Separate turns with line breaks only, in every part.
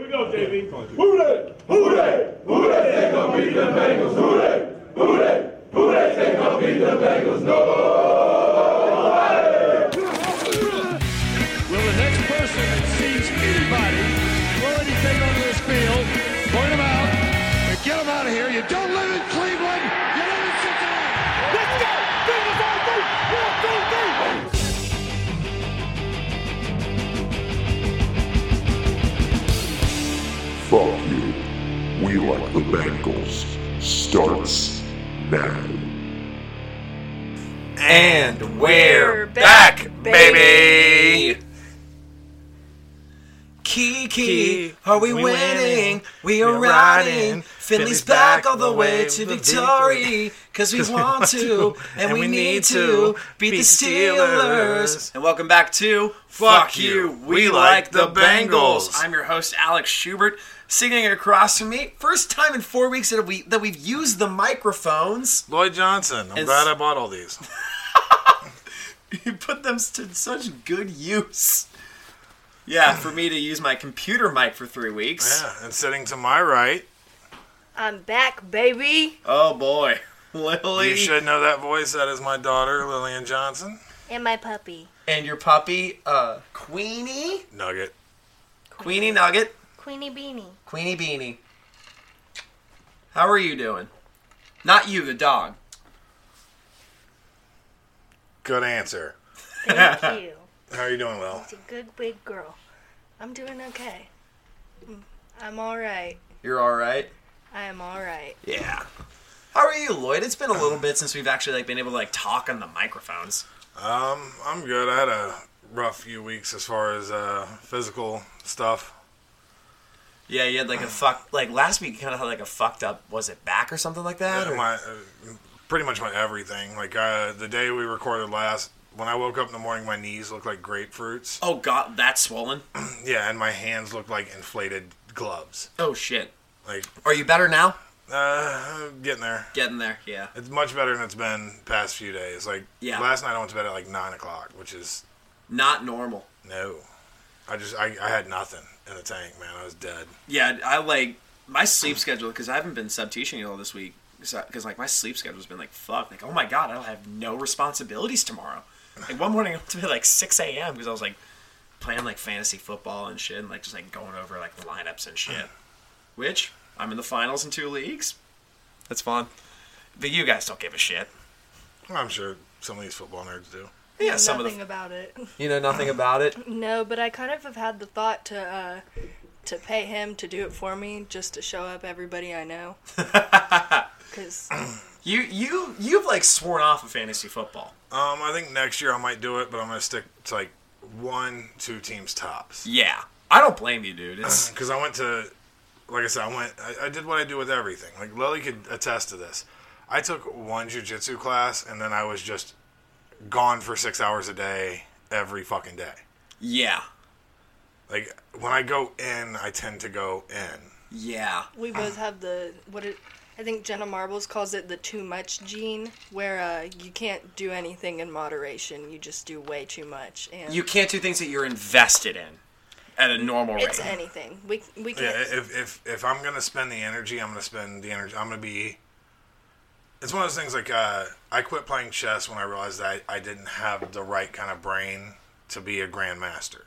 we go, JV. Who they? Who they? Who they? They gonna beat the Bengals. Who they? Who they? Who they? They gonna beat the Bengals. No.
Will the next person that sees anybody throw anything onto this field, point them out, and get them out of here? You don't live in Cleveland. You live in Cincinnati. Let's go. Bengals on three. One, two, three.
Fuck you. We like the Bengals. Starts now.
And we're
We're back,
back, baby. Kiki, are we
we
winning?
winning?
We are
We're
riding.
riding.
Finley's back all the way to victory. Cause we want to, and we need to beat the Steelers.
And welcome back to
Fuck You, We Like the Bengals.
I'm your host, Alex Schubert. Sitting across from me, first time in four weeks that, we, that we've used the microphones.
Lloyd Johnson, I'm
It's-
glad I bought all these.
You put them to such good use. Yeah, for me to use my computer mic for three weeks.
Yeah, and sitting to my right,
I'm back, baby.
Oh boy. Lily
you should know that voice. That is my daughter, Lillian Johnson.
And my puppy.
and your puppy, uh, Queenie,
Nugget.
Queenie Nugget,
Queenie Beanie.
Queenie Beanie. How are you doing? Not you, the dog.
Good answer.
Thank you.
How are you doing, Will?
It's a good big girl. I'm doing okay. Mm, I'm alright.
You're all right.
I'm alright.
Yeah. How are you, Lloyd? It's been a little bit since we've actually like been able to like talk on the microphones.
Um, I'm good. I had a rough few weeks as far as uh, physical stuff.
Yeah, you had like a fuck like last week. You kind of had like a fucked up. Was it back or something like that? or-
My, uh, pretty much my everything. Like uh, the day we recorded last, when I woke up in the morning, my knees looked like grapefruits.
oh god, that's swollen.
Yeah, and my hands looked like inflated gloves.
Oh shit.
Like,
Are you better now?
uh, getting there.
Getting there. Yeah.
It's much better than it's been past few days. Like
Yeah.
last night, I went to bed at like nine o'clock, which is
Not normal.
no. I just I, I had nothing in the tank, man. I was dead.
Yeah, I like my sleep schedule because I haven't been sub teaching all this week because like my sleep schedule's been like fuck. Like oh my god, I'll have no responsibilities tomorrow. Like one morning I went to bed at, like six a.m. because I was like playing like fantasy football and shit, and like just like going over like the lineups and shit. Which I'm in the finals in two leagues. That's fun. But you guys don't give a shit.
I'm sure some of these football nerds do.
Yeah, some of
Nothing
the
about it.
you know nothing about it.
No, but I kind of have had the thought to uh to pay him to do it for me just to show up everybody I know. Cuz
You you you've like sworn off of fantasy football.
Um, I think next year I might do it, but I'm gonna stick to like one, two teams tops.
Yeah, I don't blame you, dude. It's
Because I went to, like I said, I went. I, I did what I do with everything. Like Lily could attest to this. I took one jujitsu class, and then I was just gone for six hours a day every fucking day.
yeah
Like when I go in, I tend to go in.
yeah.
we both have the what it I think Jenna Marbles calls it the too much gene, where uh, you can't do anything in moderation. You just do way too much, and
You can't do things that you're invested in at a normal rate.
it's anything. We we
Yeah,
can't.
if, if if I'm gonna spend the energy, I'm gonna spend the energy. I'm gonna be. It's one of those things like uh, I quit playing chess when I realized that I, I didn't have the right kind of brain to be a grandmaster.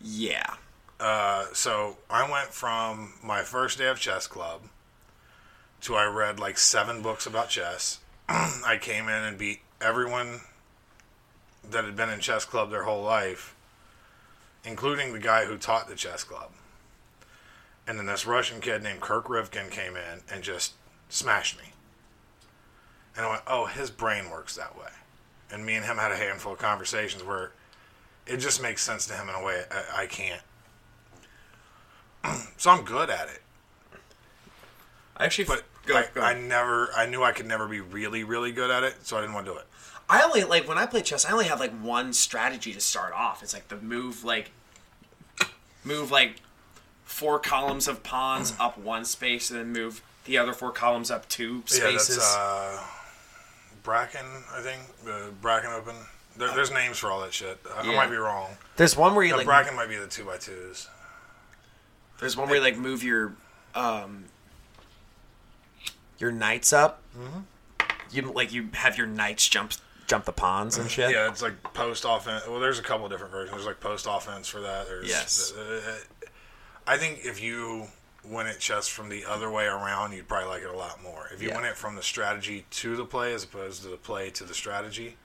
yeah.
So I went from my first day of chess club to I read like seven books about chess. I came in and beat everyone that had been in chess club their whole life, including the guy who taught the chess club. And then this Russian kid named Kirk Rivkin came in and just smashed me. And I went, oh, his brain works that way. And me and him had a handful of conversations where it just makes sense to him in a way I, I can't so I'm good at it.
I actually
But
go,
I,
go.
I never, I knew I could never be really, really good at it, so I didn't want to do it.
I only like when I play chess. I only have like one strategy to start off. It's like the move, like move like four columns of pawns up one space, and then move the other four columns up two
Yeah, that's
spaces.
uh, Bracken, I think. Uh, Bracken Open. There, there's names for all that shit. I, I
Yeah.
might be wrong.
there's one where you
The
like.
Bracken might be the two by twos.
There's one where you like move your um your knights up.
Mm-hmm.
You like you have your knights jump jump the pawns and shit.
Uh, Yeah, it's like post offense. Well, there's a couple of different versions. There's like post offense for that. There's,
Yes.
uh, I think if you win it chess from the other way around, you'd probably like it a lot more. If you
Yeah.
win it from the strategy to the play as opposed to the play to the strategy,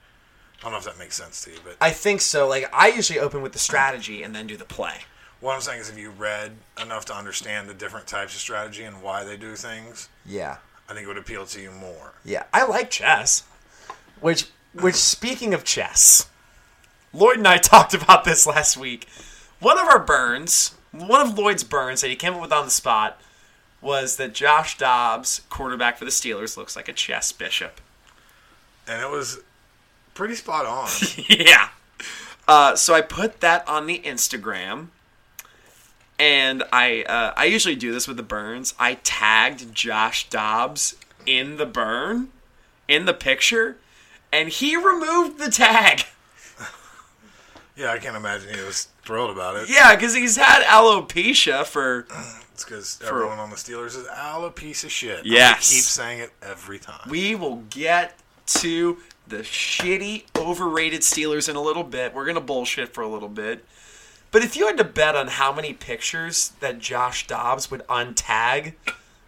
I don't know if that makes sense to you, but
I think so. Like I usually open with the strategy and then do the play.
what I'm saying is if you read enough to understand the different types of strategy and why they do things,
Yeah.
I think it would appeal to you more.
Yeah, I like chess. Which, which speaking of chess, Lloyd and I talked about this last week. One of our burns, one of Lloyd's burns that he came up with on the spot, was that Josh Dobbs, quarterback for the Steelers, looks like a chess bishop.
And it was pretty spot on.
yeah. Uh, so I put that on the Instagram, and I uh, I usually do this with the burns. I tagged Josh Dobbs in the burn, in the picture, and he removed the tag.
yeah, I can't imagine he was thrilled about it.
Yeah, because he's had alopecia for
It's because everyone on the Steelers is all a piece of shit. I'm gonna
Yes.
keep saying it every time.
we will get to the shitty, overrated Steelers in a little bit. We're going to bullshit for a little bit. But if you had to bet on how many pictures that Josh Dobbs would untag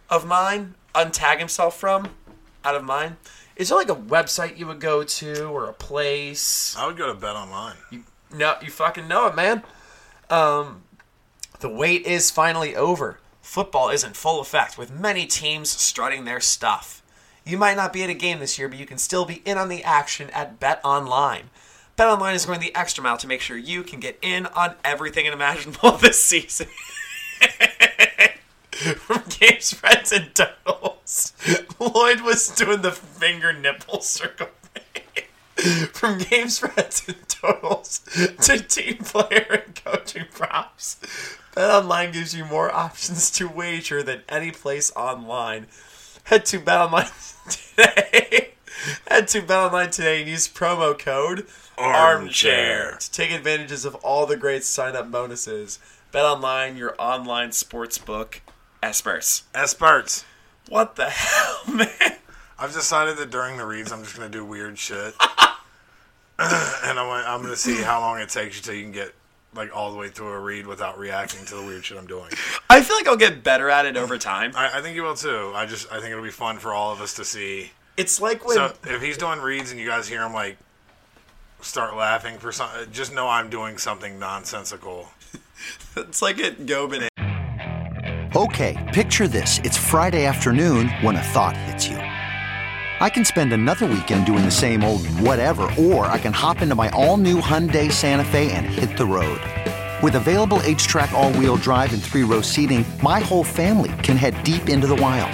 of mine, untag himself from out of mine, is there like a website you would go to or a place?
I would go to Bet Online.
No, you fucking know it, man. Um, the wait is finally over. Football is in full effect, with many teams strutting their stuff. You might not be at a game this year, but you can still be in on the action at Bet Online. Bet Online is going the extra mile to make sure you can get in on everything imaginable this season. From game spreads and totals, Lloyd was doing the finger nipple circle thing from game spreads and totals to team player and coaching props. BetOnline gives you more options to wager than any place online. Head to BetOnline today. Head to BetOnline today and use promo code
Armchair.
to take advantages of all the great sign-up bonuses. BetOnline, your online sportsbook experts.
Esperts.
What the hell, man?
I've decided that during the reads, I'm just going to do weird shit. and I'm, gonna- I'm going to see how long it takes you till you can get like all the way through a read without reacting to the weird shit I'm doing.
I feel like I'll get better at it over time.
I, I think you will too. I just I think it'll be fun for all of us to see.
It's like when
So if he's doing reads and you guys hear him like start laughing for something, just know I'm doing something nonsensical.
it's like at Gobin
Okay, picture this. It's Friday afternoon when a thought hits you. I can spend another weekend doing the same old whatever, or I can hop into my all new Hyundai Santa Fe and hit the road. With available H track, all wheel drive, and three row seating, my whole family can head deep into the wild.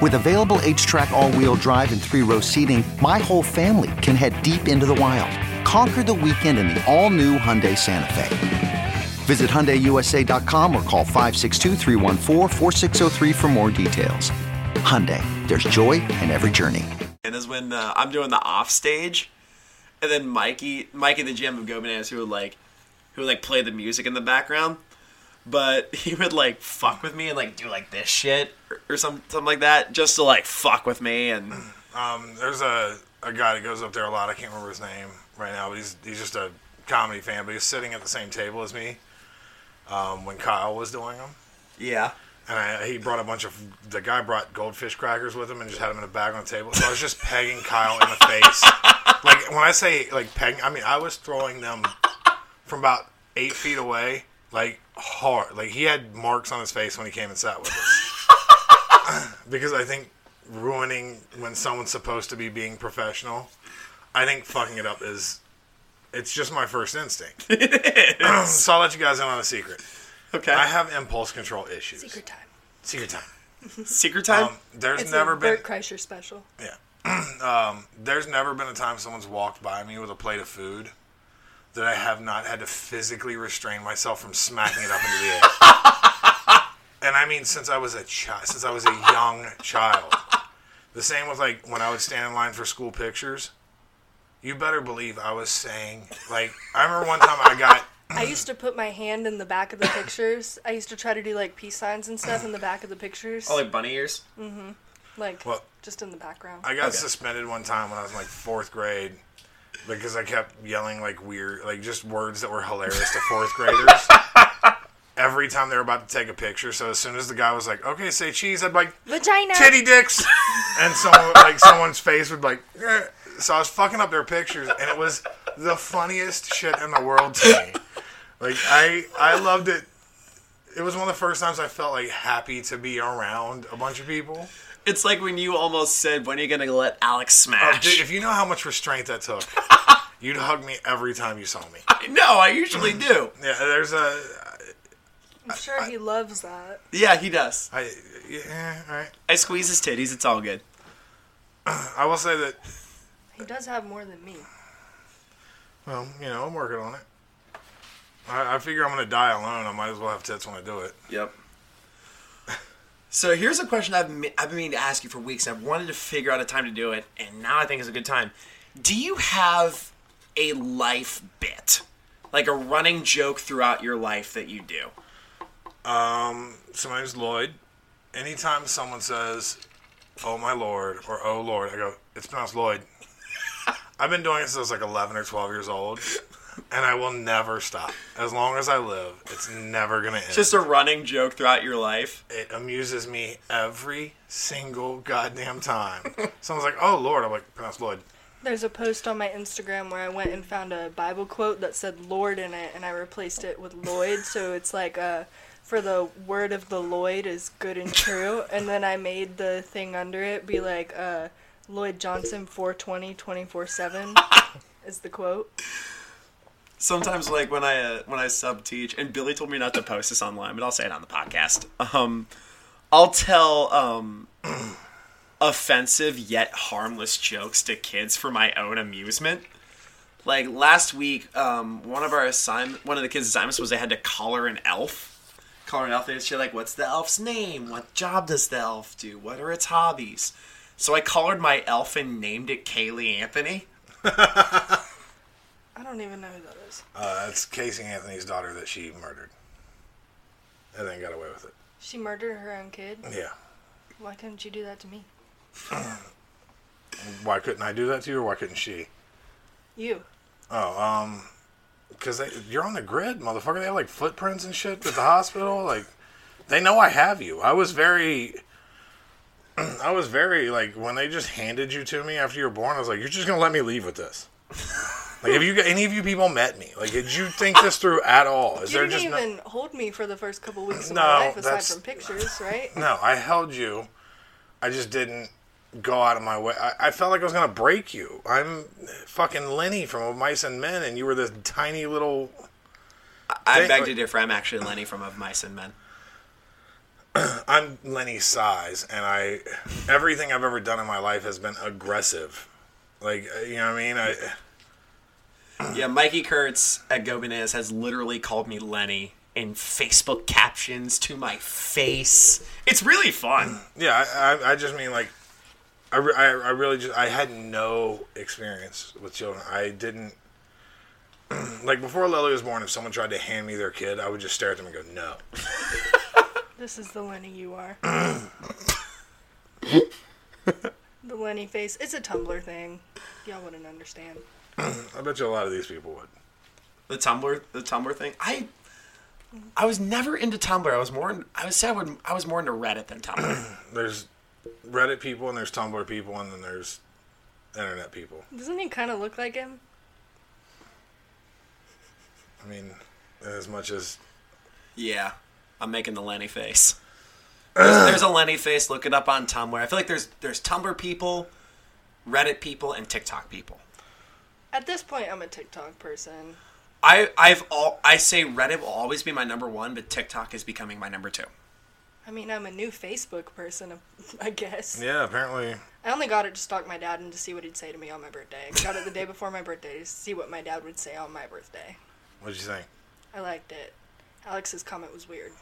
With available H track, all wheel drive, and three row seating, my whole family can head deep into the wild. Conquer the weekend in the all new Hyundai Santa Fe. Visit HyundaiUSA.com or call 562 314 4603 for more details. Hyundai, there's joy in every journey.
and is when uh, I'm doing the off stage, and then Mikey, Mikey and the gym of Go Bananas, who would like, who would like play the music in the background, but he would like fuck with me and like do like this shit or, or some something like that, just to like fuck with me and
Um, there's a, a guy that goes up there a lot. I can't remember his name right now, but he's he's just a comedy fan. But he's sitting at the same table as me um, when Kyle was doing them,
yeah,
and I, he brought a bunch of the guy brought goldfish crackers with him and just had them in a bag on the table. So I was just pegging Kyle in the face Like when I say like pegging, I mean I was throwing them from about eight feet away, like hard. Like he had marks on his face when he came and sat with us, because I think ruining when someone's supposed to be being professional, I think fucking it up is. It's just my first instinct. so I'll let you guys in on a secret.
Okay.
I have impulse control issues.
Secret time.
Secret time.
Secret time.
Um, there's
It's
never
a
been Um,
Bert Kreischer special.
there's never been a time someone's walked by me with a plate of food that I have not had to physically restrain myself from smacking it up into the air. and I mean, since I was a child, since I was a young child. The same with like when I would stand in line for school pictures. You better believe I was saying like I remember one time I got
I used to put my hand in the back of the pictures. I used to try to do like peace signs and stuff in the back of the pictures,
Oh, like bunny ears.
like
Well-
just in the background.
I got suspended one time when I was in like fourth grade because I kept yelling like weird, like just words that were hilarious to fourth graders. Every time they were about to take a picture, so as soon as the guy was like, "Okay, say cheese," I'd be like
Vagina.
titty dicks, and someone would- like someone's face would be like. "Eh." So I was fucking up their pictures, and it was the funniest shit in the world to me. Like I, I loved it. It was one of the first times I felt like happy to be around a bunch of people.
It's like when you almost said, "When are you gonna let Alex
Oh,
smash?"
dude, if you know how much restraint that took, you'd hug me every time you saw me.
no, I usually do.
Yeah, there's a.
I'm sure he loves that.
Yeah, he does.
I, yeah, all right.
I squeeze his titties. It's all good.
I will say that,
He does have more than me.
well, you know, I'm working on it. I, I figure I'm going to die alone. I might as well have tits when I do it.
Yep. So here's a question I've me- I've been meaning to ask you for weeks. and I've wanted to figure out a time to do it, and now I think is a good time. Do you have a life bit, like a running joke throughout your life that you do?
So my name's Lloyd. Anytime someone says, oh my lord, or oh lord, I go, it's pronounced Lloyd. I've been doing it since I was like 11 or 12 years old, and I will never stop. As long as I live, it's never going to end.
Just a running joke throughout your life.
it amuses me every single goddamn time. Someone's like, "Oh Lord," I'm like, "Pronounce Lloyd."
There's a post on my Instagram where I went and found a Bible quote that said Lord in it, and I replaced it with Lloyd. So it's like, uh, for the word of the Lloyd is good and true. And then I made the thing under it be like, uh, Lloyd Johnson 420 24 7 is the quote.
Sometimes, like when I uh, when I sub teach, and Billy told me not to post this online, but I'll say it on the podcast. Um, I'll tell um, offensive yet harmless jokes to kids for my own amusement. Like last week, um, one of our assignment, one of the kids' assignments was they had to collar an elf. Collar an elf. They said like, "What's the elf's name? What job does the elf do? What are its hobbies?" So I collared my elf and named it Kaylee Anthony.
I don't even know who that is.
Uh, it's Casey Anthony's daughter that she murdered, and then got away with it.
She murdered her own kid.
Yeah.
Why couldn't you do that to me?
Why couldn't I do that to you, or why couldn't she?
You.
Because you're on the grid, motherfucker. They have like footprints and shit at the hospital. Like, they know I have you. I was very. I was very like when they just handed you to me after you were born. I was like, "You're just gonna let me leave with this." Like, have you got any of you people met me? Like, did you think this through at all? Is
You
there
didn't
just no-
even hold me for the first couple weeks of
No,
my life aside
that's-
from pictures, right?
No, I held you. I just didn't go out of my way. I, I felt like I was gonna break you. I'm fucking Lenny from Of Mice and Men, and you were this tiny little.
I
They-
beg to differ. I'm actually Lenny from Of Mice and Men.
I'm Lenny's size, and I everything I've ever done in my life has been aggressive. Like uh, you know what I mean? I
Yeah, Mikey Kurtz at Gobinez has literally called me Lenny in Facebook captions to my face. It's really fun.
yeah. I I, I just mean like. I, re- I, I really just I had no experience with children. I didn't like before Lily was born. If someone tried to hand me their kid, I would just stare at them and go no.
This is the Lenny you are. the Lenny face. It's a Tumblr thing. Y'all wouldn't understand.
I bet you a lot of these people would.
The Tumblr, the Tumblr thing. I, I was never into Tumblr. I was more. In, I was sad when I was more into Reddit than Tumblr.
There's Reddit people and there's Tumblr people and then there's internet people.
Doesn't he kind of look like him?
I mean, as much as
Yeah, I'm making the Lenny face. There's, there's a Lenny face. Look it up on Tumblr. I feel like there's there's Tumblr people, Reddit people, and TikTok people.
At this point, I'm a TikTok person.
I I've all I say Reddit will always be my number one, but TikTok is becoming my number two.
I mean, I'm a new Facebook person, I guess.
yeah, apparently
I only got it to stalk my dad and to see what he'd say to me on my birthday. I got it the day before my birthday to see what my dad would say on my birthday.
What'd you think?
I liked it. Alex's comment was weird.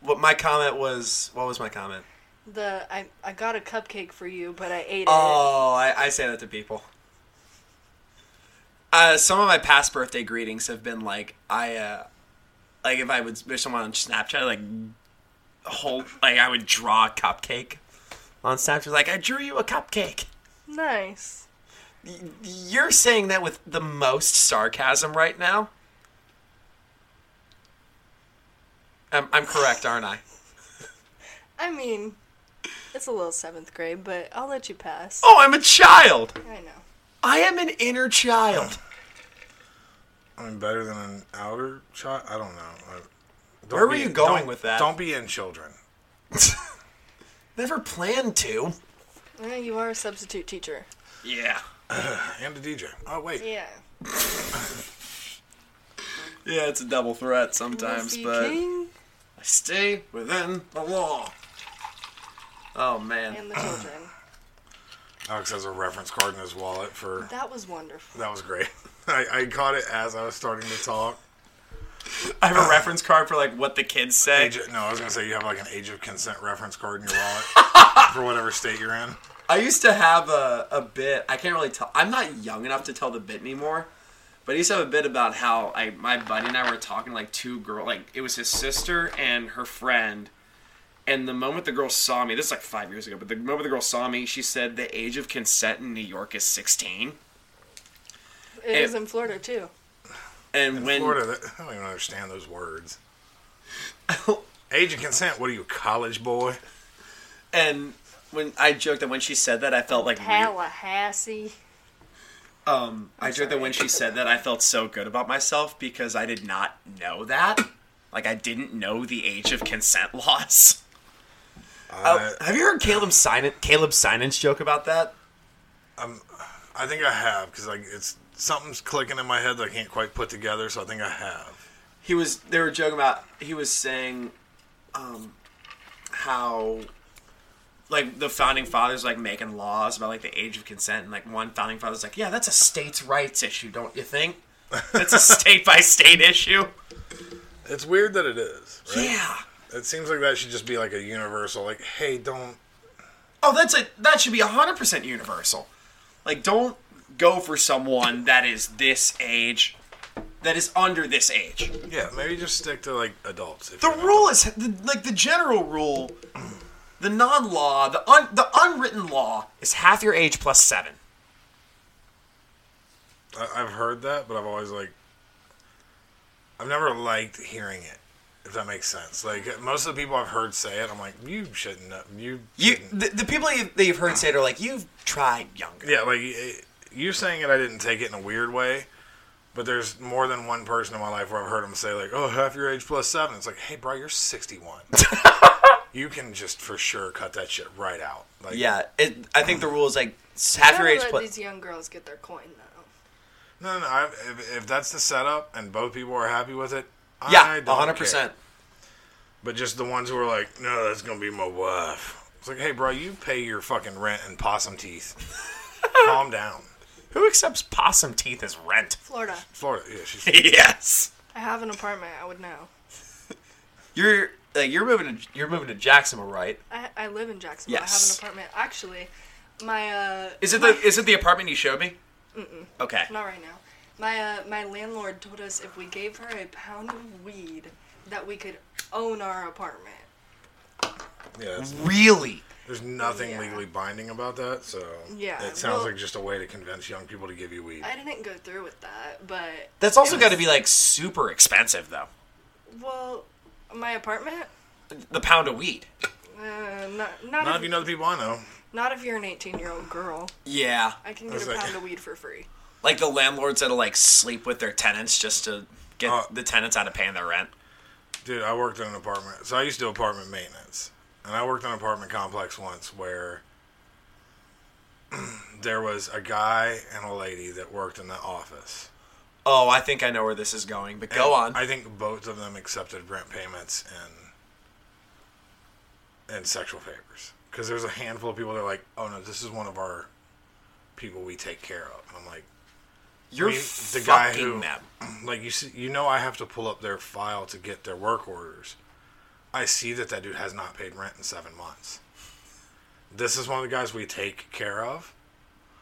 What my comment was? What was my comment?
The I I got a cupcake for you, but I ate it.
Oh, I, I say that to people. Uh, some of my past birthday greetings have been like I, uh, like if I would wish someone on Snapchat, like hold, like I would draw a cupcake on Snapchat. Like I drew you a cupcake.
Nice.
You're saying that with the most sarcasm right now. I'm, I'm correct, aren't I?
I mean, it's a little seventh grade, but I'll let you pass.
Oh, I'm a child.
I know.
I am an inner child.
I mean, better than an outer shot. I don't know. I, don't
Where were
be-
you going
don't-
with that?
Don't be in children.
Never planned to.
Eh, you are a substitute teacher.
Yeah.
And a DJ. Oh wait,
Yeah.
Yeah, it's a double threat sometimes,
Must be
but
king
I stay within the law. Oh man.
and the children.
Alex has a reference card in his wallet for
That was wonderful.
that was great. I, I caught it as I was starting to talk.
I have a reference card for like what the kids say.
Age, no, I was gonna say you have like an age of consent reference card in your wallet for whatever state you're in.
I used to have a, a bit I can't really tell I'm not young enough to tell the bit anymore. But I used to have a bit about how I my buddy and I were talking like two girl like it was his sister and her friend and the moment the girl saw me, this is like five years ago, but the moment the girl saw me, she said the age of consent in New York is sixteen.
It is
eh.
in Florida too.
And when
Florida, that, I don't even understand those words. Age of consent. What are you, a college boy?
And when I joked that when she said that, I felt like weird.
Tallahassee.
I joked that when she said that, I felt so good about myself because I did not know that. Like I didn't know the age of consent laws. Oh,
I,
have you heard Caleb Sinan Caleb Sinan's joke about that?
I think I have because like it's something's clicking in my head that I can't quite put together. So I think I have.
He was they were joking about he was saying, um, how like the founding fathers like making laws about like the age of consent and like one founding father's like yeah that's a states rights issue don't you think that's a state by state issue
It's weird that it is. Right?
yeah
It seems like that should just be like a universal. Like, hey, don't.
Oh, that's a that should be hundred percent universal. Like, don't go for someone that is this age, that is under this age.
Yeah, maybe just stick to like adults. If
The
you're an
rule is the, like the general rule, the non-law, the un, the unwritten law is half your age plus seven.
adult. I, I've heard that, but I've always like. I've never liked hearing it. If that makes sense. Like most of the people I've heard say it, I'm like, you shouldn't. know- You.
You
shouldn't."
the, the people you, that you've heard say it are like you've tried younger.
Yeah, like it, you saying it, I didn't take it in a weird way. But there's more than one person in my life where I've heard them say like, "Oh, half your age plus seven. It's like, "Hey, bro, you're 61. you can just for sure cut that shit right out." Like,
Yeah, it, I think the rule is like half your
Gotta
age
let
plus.
these young girls get their coin though.
No, no, no. I, if, if that's the setup and both people are happy with it, I
Yeah,
don't
hundred percent.
care. But just the ones who are like, no, that's gonna be my wife. It's like, hey, bro, you pay your fucking rent and possum teeth. Calm down,
Who accepts possum teeth as rent?
Florida.
Florida. Yeah, she's
yes.
I have an apartment. I would know.
You're like you're moving to you're moving to Jacksonville, right?
I, I live in Jacksonville.
Yes.
I have an apartment. Actually, my uh,
Is it the is it the apartment you showed me? Mm-mm. Okay.
not right now. My uh, my landlord told us if we gave her a pound of weed, that we could own our apartment.
yeah. it's-
Really?
There's nothing
Yeah.
legally binding about that, so
Yeah,
it sounds
well-
like just a way to convince young people to give you weed.
I didn't go through with that, but
That's also got to be like super expensive though.
well, my apartment.
The pound of weed.
Uh, not not,
Not
if-
if you know the people I know.
Not if you're an 18 year old girl.
Yeah.
I can get
was
a
like-
pound of weed for free.
Like the landlords that'll like sleep with their tenants just to get
Uh,
the tenants out of paying their rent.
Dude, I worked in an apartment. So I used to do apartment maintenance. And I worked in an apartment complex once where there was a guy and a lady that worked in the office.
Oh, I think I know where this is going, but go on.
I think both of them accepted rent payments and and sexual favors. Because there's a handful of people that are like, oh no, this is one of our people we take care of. And I'm like,
You're
I mean,
fucking
the guy who,
them.
like you see, you know, I have to pull up their file to get their work orders. I see that that dude has not paid rent in seven months. This is one of the guys we take care of.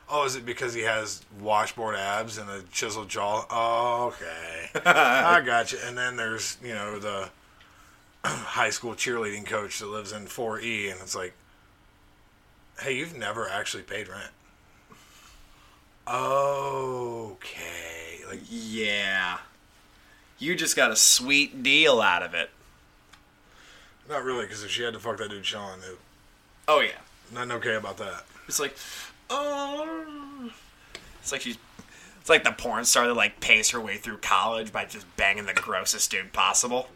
Oh, is it because he has washboard abs and a chiseled jaw? Oh, okay, I got you. And then there's you know the high school cheerleading coach that lives in 4E, and it's like, hey, you've never actually paid rent. Okay, like
Yeah. You just got a sweet deal out of it.
Not really, because if she had to fuck that dude Sean, it,
Oh yeah.
nothing okay about that.
It's like, oh. It's like she's. It's like the porn star that like pays her way through college by just banging the grossest dude possible.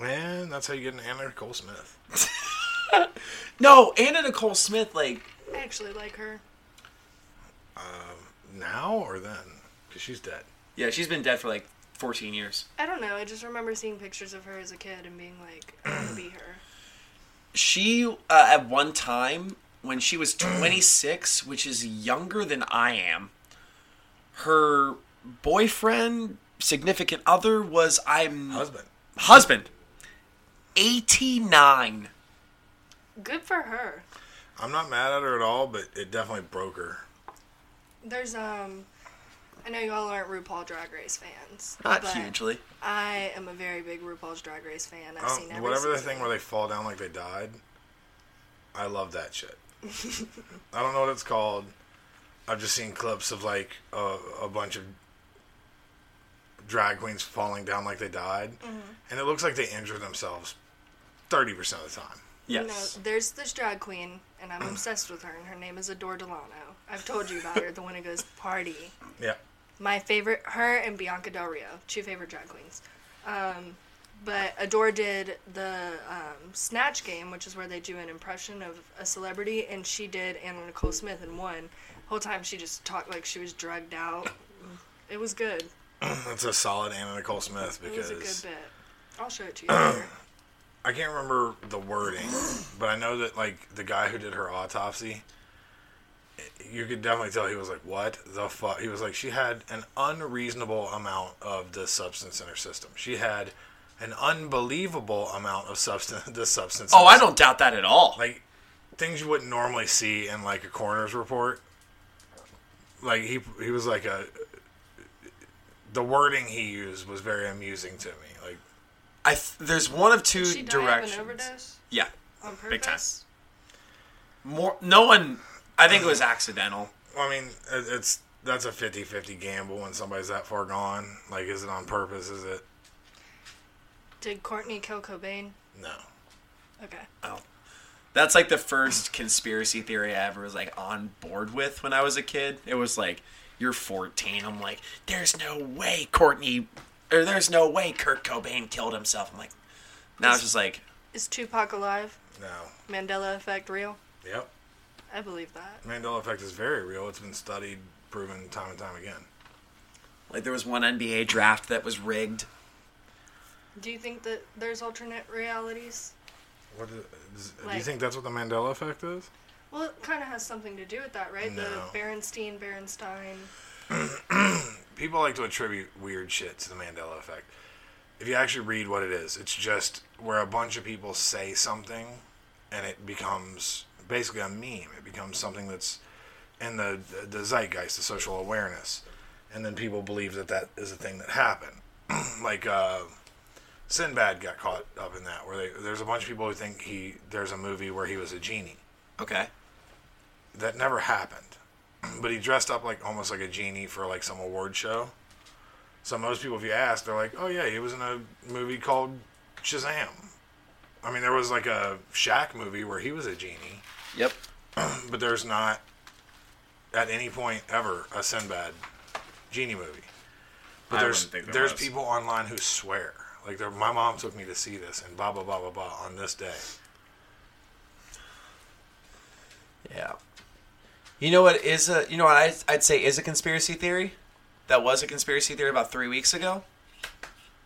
Man, that's how you get an Anna Nicole Smith.
No, Anna Nicole Smith, like,
I actually like her.
Now or then? Because she's dead.
yeah, she's been dead for like 14 years.
I don't know. I just remember seeing pictures of her as a kid and being like, I want to be her.
She uh, at one time when she was 26, which is younger than I am, her boyfriend, significant other was I'm
Husband.
husband 89.
Good for her.
I'm not mad at her at all, but it definitely broke her.
There's um, I know you all aren't RuPaul Drag Race fans.
Not
but
hugely.
I am a very big RuPaul's Drag Race fan. I've
Oh,
seen every
whatever the
season.
thing where they fall down like they died. I love that shit. I don't know what it's called. I've just seen clips of like a, a bunch of drag queens falling down like they died,
Mm-hmm.
and it looks like they injure themselves thirty percent of the time.
Yes.
No, there's this drag queen, and I'm obsessed with her, and her name is Adore Delano. I've told you about her, the one who goes party.
Yeah.
My favorite, her and Bianca Del Rio, two favorite drag queens. Um, but Adore did the um, Snatch Game, which is where they do an impression of a celebrity, and she did Anna Nicole Smith and won. Whole time she just talked like she was drugged out. It was good.
That's a solid Anna Nicole Smith
It was
because
a good bit. I'll show it to you. later.
I can't remember the wording, but I know that like the guy who did her autopsy, you could definitely tell he was like, "What the fuck?" He was like, "She had an unreasonable amount of this substance in her system. She had an unbelievable amount of substance. This substance. in
Oh,
her
I
system."
don't doubt that at all.
like things you wouldn't normally see in like a coroner's report. Like he he was like a the wording he used was very amusing to me. Like
I th- there's one of two
Did she die of
directions.
an overdose
Yeah.
on purpose?
Big time. More no one I think it was accidental.
I mean, it- it's that's a 50-50 gamble when somebody's that far gone. Like, is it on purpose? Is it
Did Courtney kill Cobain?
no?
Okay.
That's like the first conspiracy theory I ever was like on board with when I was a kid. It was like, you're 14. I'm like, there's no way Courtney, or there's no way Kurt Cobain killed himself. I'm like, now it's just like,
Is Tupac alive?
No.
Mandela effect real?
Yep.
I believe that.
Mandela effect is very real. It's been studied, proven time and time again.
like there was one NBA draft that was rigged.
Do you think that there's alternate realities?
What is, is, do you
Like-
think that's what the Mandela effect is?
Well, it kind of has something to do with that, right?
No.
The Berenstein, Berenstein.
People like to attribute weird shit to the Mandela effect. If you actually read what it is, it's just where a bunch of people say something, and it becomes basically a meme. It becomes something that's in the the zeitgeist, the social awareness, and then people believe that that is a thing that happened. like uh, Sinbad got caught up in that, where they, there's a bunch of people who think he there's a movie where he was a genie
Okay.
that never happened, but he dressed up like almost like a genie for like some award show. So most people, if you ask, they're like, "Oh yeah, he was in a movie called Shazam." I mean, there was like a Shaq movie where he was a genie,
Yep.
but there's not at any point ever a Sinbad genie movie. But
I
there's
wouldn't think there
there's
was.
people online who swear like they're- my mom took me to see this and blah blah blah blah blah on this day.
Yeah.
You know what is a you know what I, I'd say is a conspiracy theory? That was a conspiracy theory about three weeks ago.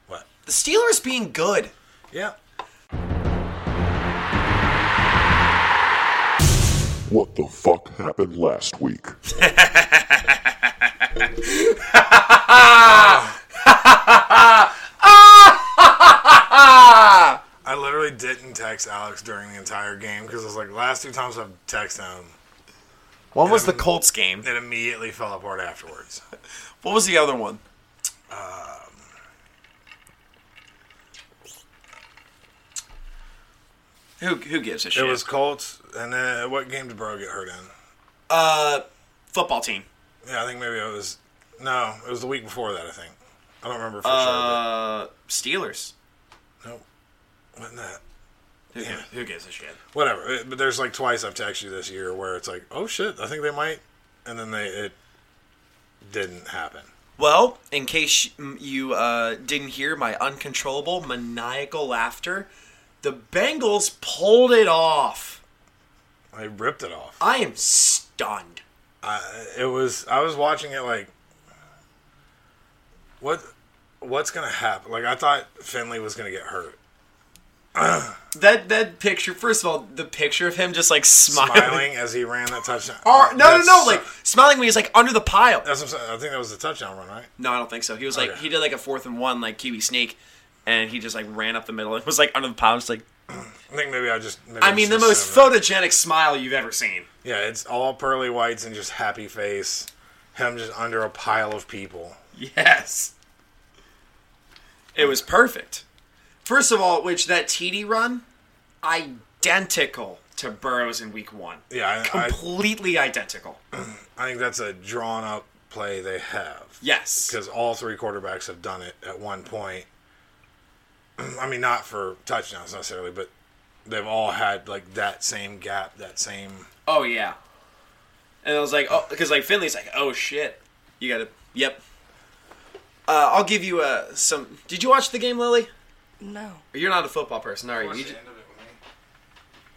What?
The Steelers being good.
Yeah.
What the fuck happened last week?
I literally didn't text Alex during the entire game because it was like the last two times I've texted him,
One was the Colts game.
it immediately fell apart afterwards.
What was the other one? Um, who who gives a shit?
It was Colts, and then uh, what game did Bro get hurt in?
football team.
Yeah, I think maybe it was. No, it was the week before that. I think I don't remember for
Uh, Steelers.
sure. But, nope, wasn't that?
Who, gives, who gives a shit?
Whatever. It- but there's like twice I've texted you this year where it's like, oh shit, I think they might, and then they it didn't happen.
Well, in case you uh, didn't hear my uncontrollable, maniacal laughter, the Bengals pulled it off.
I ripped it off.
I am stunned.
It was. I was watching it like, what, what's gonna happen? Like I thought Finley was gonna get hurt.
That that picture. First of all, the picture of him just like smiling.
Smiling as he ran that touchdown.
Or, Oh, no, no,
That's
no!
so-
Like smiling when he's like under the pile.
that's what I'm saying. I think that was the touchdown run, right?
No, I don't think so. He was like
Okay.
he did like a fourth and one like Kiwi Snake, and he just like ran up the middle and was like under the pile. Just like
I think maybe I just. Maybe
I
it's
mean, the
just
most
cinema.
photogenic smile you've ever seen.
Yeah, it's all pearly whites and just happy face. Him just under a pile of people.
Yes. It was perfect. First of all, which that TD run, identical to Burrows in week one.
Yeah, I, I,
Completely identical.
I think that's a drawn up play they have.
Yes.
Because all three quarterbacks have done it at one point. I mean, not for touchdowns necessarily, but they've all had like that same gap, that same.
Oh, yeah. And I was like, oh, because like Finley's like, oh shit. You gotta, yep. Uh, I'll give you uh, some. Did you watch the game, Lily?
No.
You're not a football person, are you? You ju-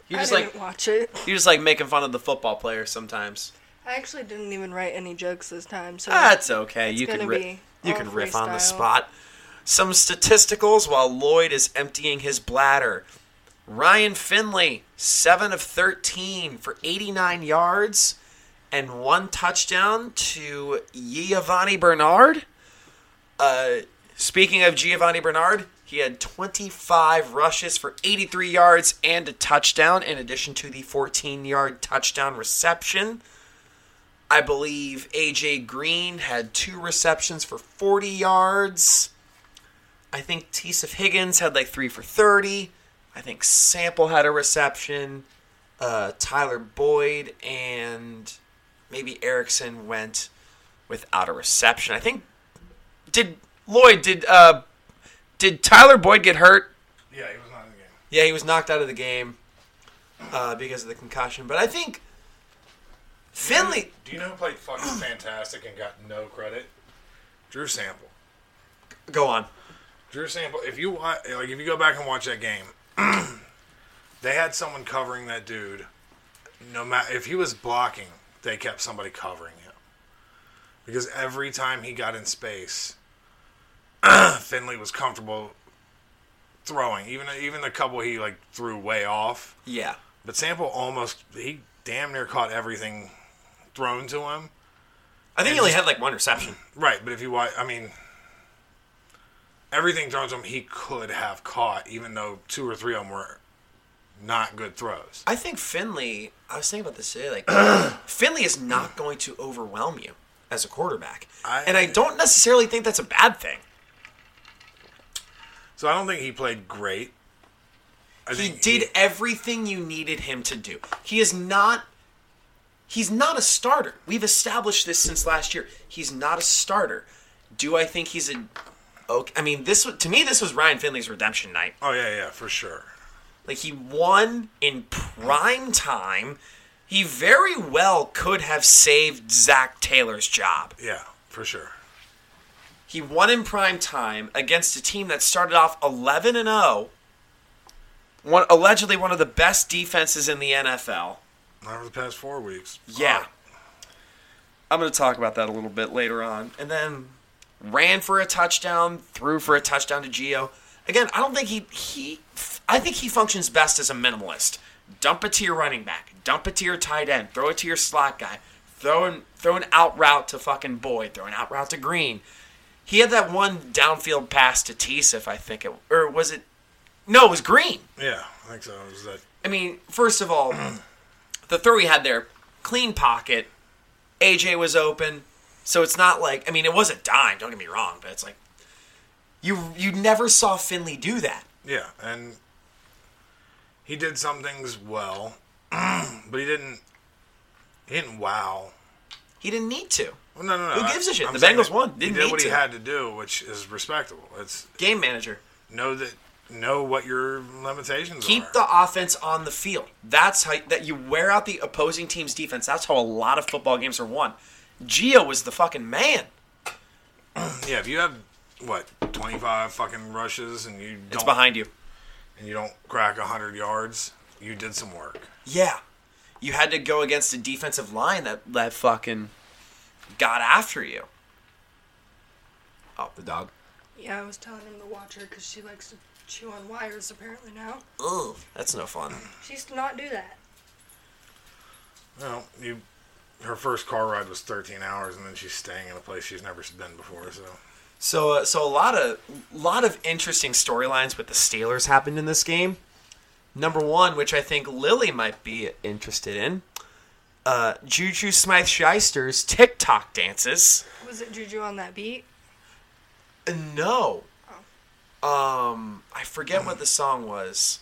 you
I
just
didn't
like
watch it.
you just like making fun of the football players sometimes.
I actually didn't even write any jokes this time, so
That's okay. you
gonna
can ri-
be
you
all
can riff on the
freestyle.
spot. Some statisticals while Lloyd is emptying his bladder. Ryan Finley, 7 of 13 for 89 yards and one touchdown to Giovanni Bernard. Uh, speaking of Giovanni Bernard, he had 25 rushes for 83 yards and a touchdown, in addition to the 14 yard touchdown reception. I believe AJ Green had two receptions for 40 yards. I think Tisif Higgins had like three for 30. I think Sample had a reception. Uh, Tyler Boyd and maybe Erickson went without a reception. I think did Lloyd did uh did Tyler Boyd get hurt?
Yeah, he was not in the game.
Yeah, he was knocked out of the game uh, because of the concussion. But I think Finley.
Do you know who played fucking fantastic and got no credit? Drew Sample.
Go on.
Drew Sample. If you wa like, if you go back and watch that game, they had someone covering that dude. No matter if he was blocking, they kept somebody covering him because every time he got in space, Finley was comfortable throwing. Even even the couple he like threw way off,
Yeah.
but Sample almost he damn near caught everything thrown to him.
I think he only had like one reception.
Right, but if you watch, I mean, everything thrown to him, he could have caught, even though two or three of them were not good throws.
I think Finley. I was thinking about this today. Like Finley is not going to overwhelm you as a quarterback,
I-
and I don't necessarily think that's a bad thing.
So I don't think he played great. I
He did everything you needed him to do. He is not. He's not a starter. We've established this since last year. He's not a starter. Do I think he's a? Okay, I mean, this was- to me, this was Ryan Finley's redemption night.
Oh yeah, yeah, for sure.
Like he won in prime time. He very well could have saved Zach Taylor's job.
Yeah, for sure.
He won in prime time against a team that started off 11 and 0, one, allegedly one of the best defenses in the NFL.
Not over the past four weeks.
Yeah. I'm going to talk about that a little bit later on. And then ran for a touchdown, threw for a touchdown to Geo. Again, I don't think he he I think he functions best as a minimalist. Dump it to your running back, dump it to your tight end, throw it to your slot guy, throw an throw an out route to fucking Boyd, throw an out route to Green. He had that one downfield pass to Tisif, I think it or was it No, it was Green.
Yeah, I think so. It was that
I mean, first of all, the throw he had there, clean pocket. AJ was open, so it's not like I mean, it was a dime. Don't get me wrong, but it's like you you never saw Finley do that.
Yeah, and he did some things well, but he didn't. He didn't wow.
He didn't need to.
Well, no, no, no.
Who gives a shit? The
saying
Bengals
that
won.
he
Didn't
did
need
what he
to.
had to do, which is respectable. It's
Game manager,
know that know what your limitations are.
keep the offense on the field. That's how that you wear out the opposing team's defense. That's how a lot of football games are won. Gio was the fucking man.
yeah. If you have what twenty five fucking rushes and you don't
It's behind you.
and you don't crack hundred yards, you did some work.
Yeah. You had to go against a defensive line that, that fucking got after you. Oh, the dog.
Yeah, I was telling him to watch her because she likes to chew on wires apparently now.
Ugh, that's no fun.
She used to not do that.
Well, you. Her first car ride was 13 hours, and then she's staying in a place she's never been before. So,
So, uh, so a lot of lot of interesting storylines with the Steelers happened in this game. Number one, which I think Lily might be interested in, uh, Juju Smythe Shyster's TikTok dances.
Was it Juju on that beat?
Uh, No. Um, I forget what the song was.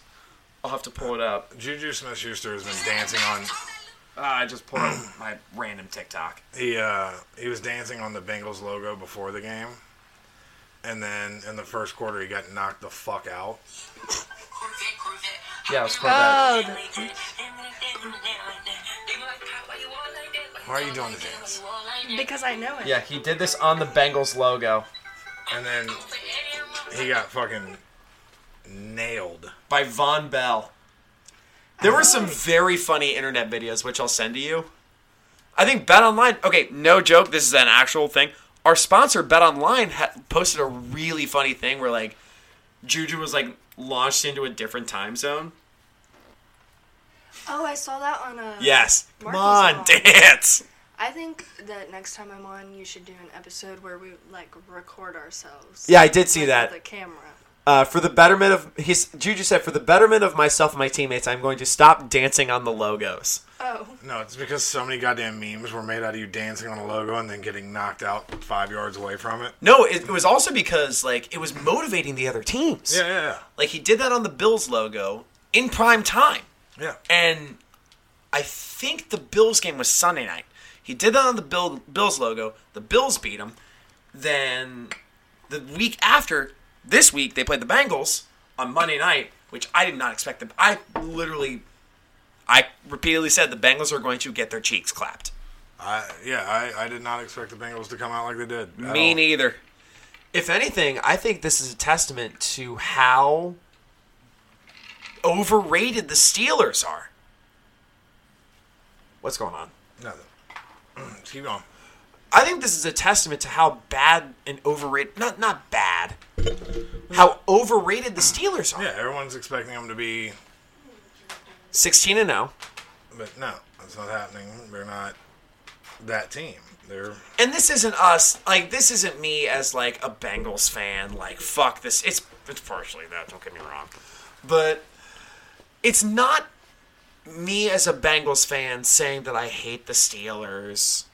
I'll have to pull it up.
Juju Smith-Schuster has been dancing on
Ah, I just pulled up my random TikTok.
He uh, he was dancing on the Bengals logo before the game, and then in the first quarter he got knocked the fuck out.
Yeah, it was quite
Oh,
Why are you doing the dance?
th- because I know it.
Yeah, he did this on the Bengals logo
And then he got fucking nailed.
by Von Bell. There were some very funny internet videos, which I'll send to you. I think Bet Online. Okay, no joke. This is an actual thing. Our sponsor, Bet Online, ha- posted a really funny thing where like Juju was like launched into a different time zone.
Oh, I saw that on a.
Yes, come
Marcus
on,
Law.
dance.
I think that next time I'm on, you should do an episode where we like record ourselves.
Yeah, I did see
Like,
that.
With a camera.
Uh, for the betterment of his Juju said, for the betterment of myself and my teammates, I'm going to stop dancing on the logos.
Oh,
No, it's because so many goddamn memes were made out of you dancing on a logo and then getting knocked out five yards away from it.
No, it, it was also because like it was motivating the other teams.
Yeah, yeah,
Like he did that on the Bills logo in prime time.
yeah. yeah.
And I think the Bills game was Sunday night. He did that on the Bill, Bills logo. The Bills beat him. Then the week after, this week they played the Bengals on Monday night, which I did not expect them. I literally I repeatedly said the Bengals are going to get their cheeks clapped.
I yeah, I, I did not expect the Bengals to come out like they did. at
Me
all.
neither. Oh. If anything, I think this is a testament to how overrated the Steelers are. What's going on?
Nothing. Keep going.
I think this is a testament to how bad and overrated not not bad. How overrated the Steelers are.
Yeah, everyone's expecting them to be,
16 and oh. 0.
but no, that's not happening. They're not that team. They're
And this isn't us. Like this isn't me as like a Bengals fan. Like fuck this. It's it's partially that. Don't get me wrong, but it's not me as a Bengals fan saying that I hate the Steelers.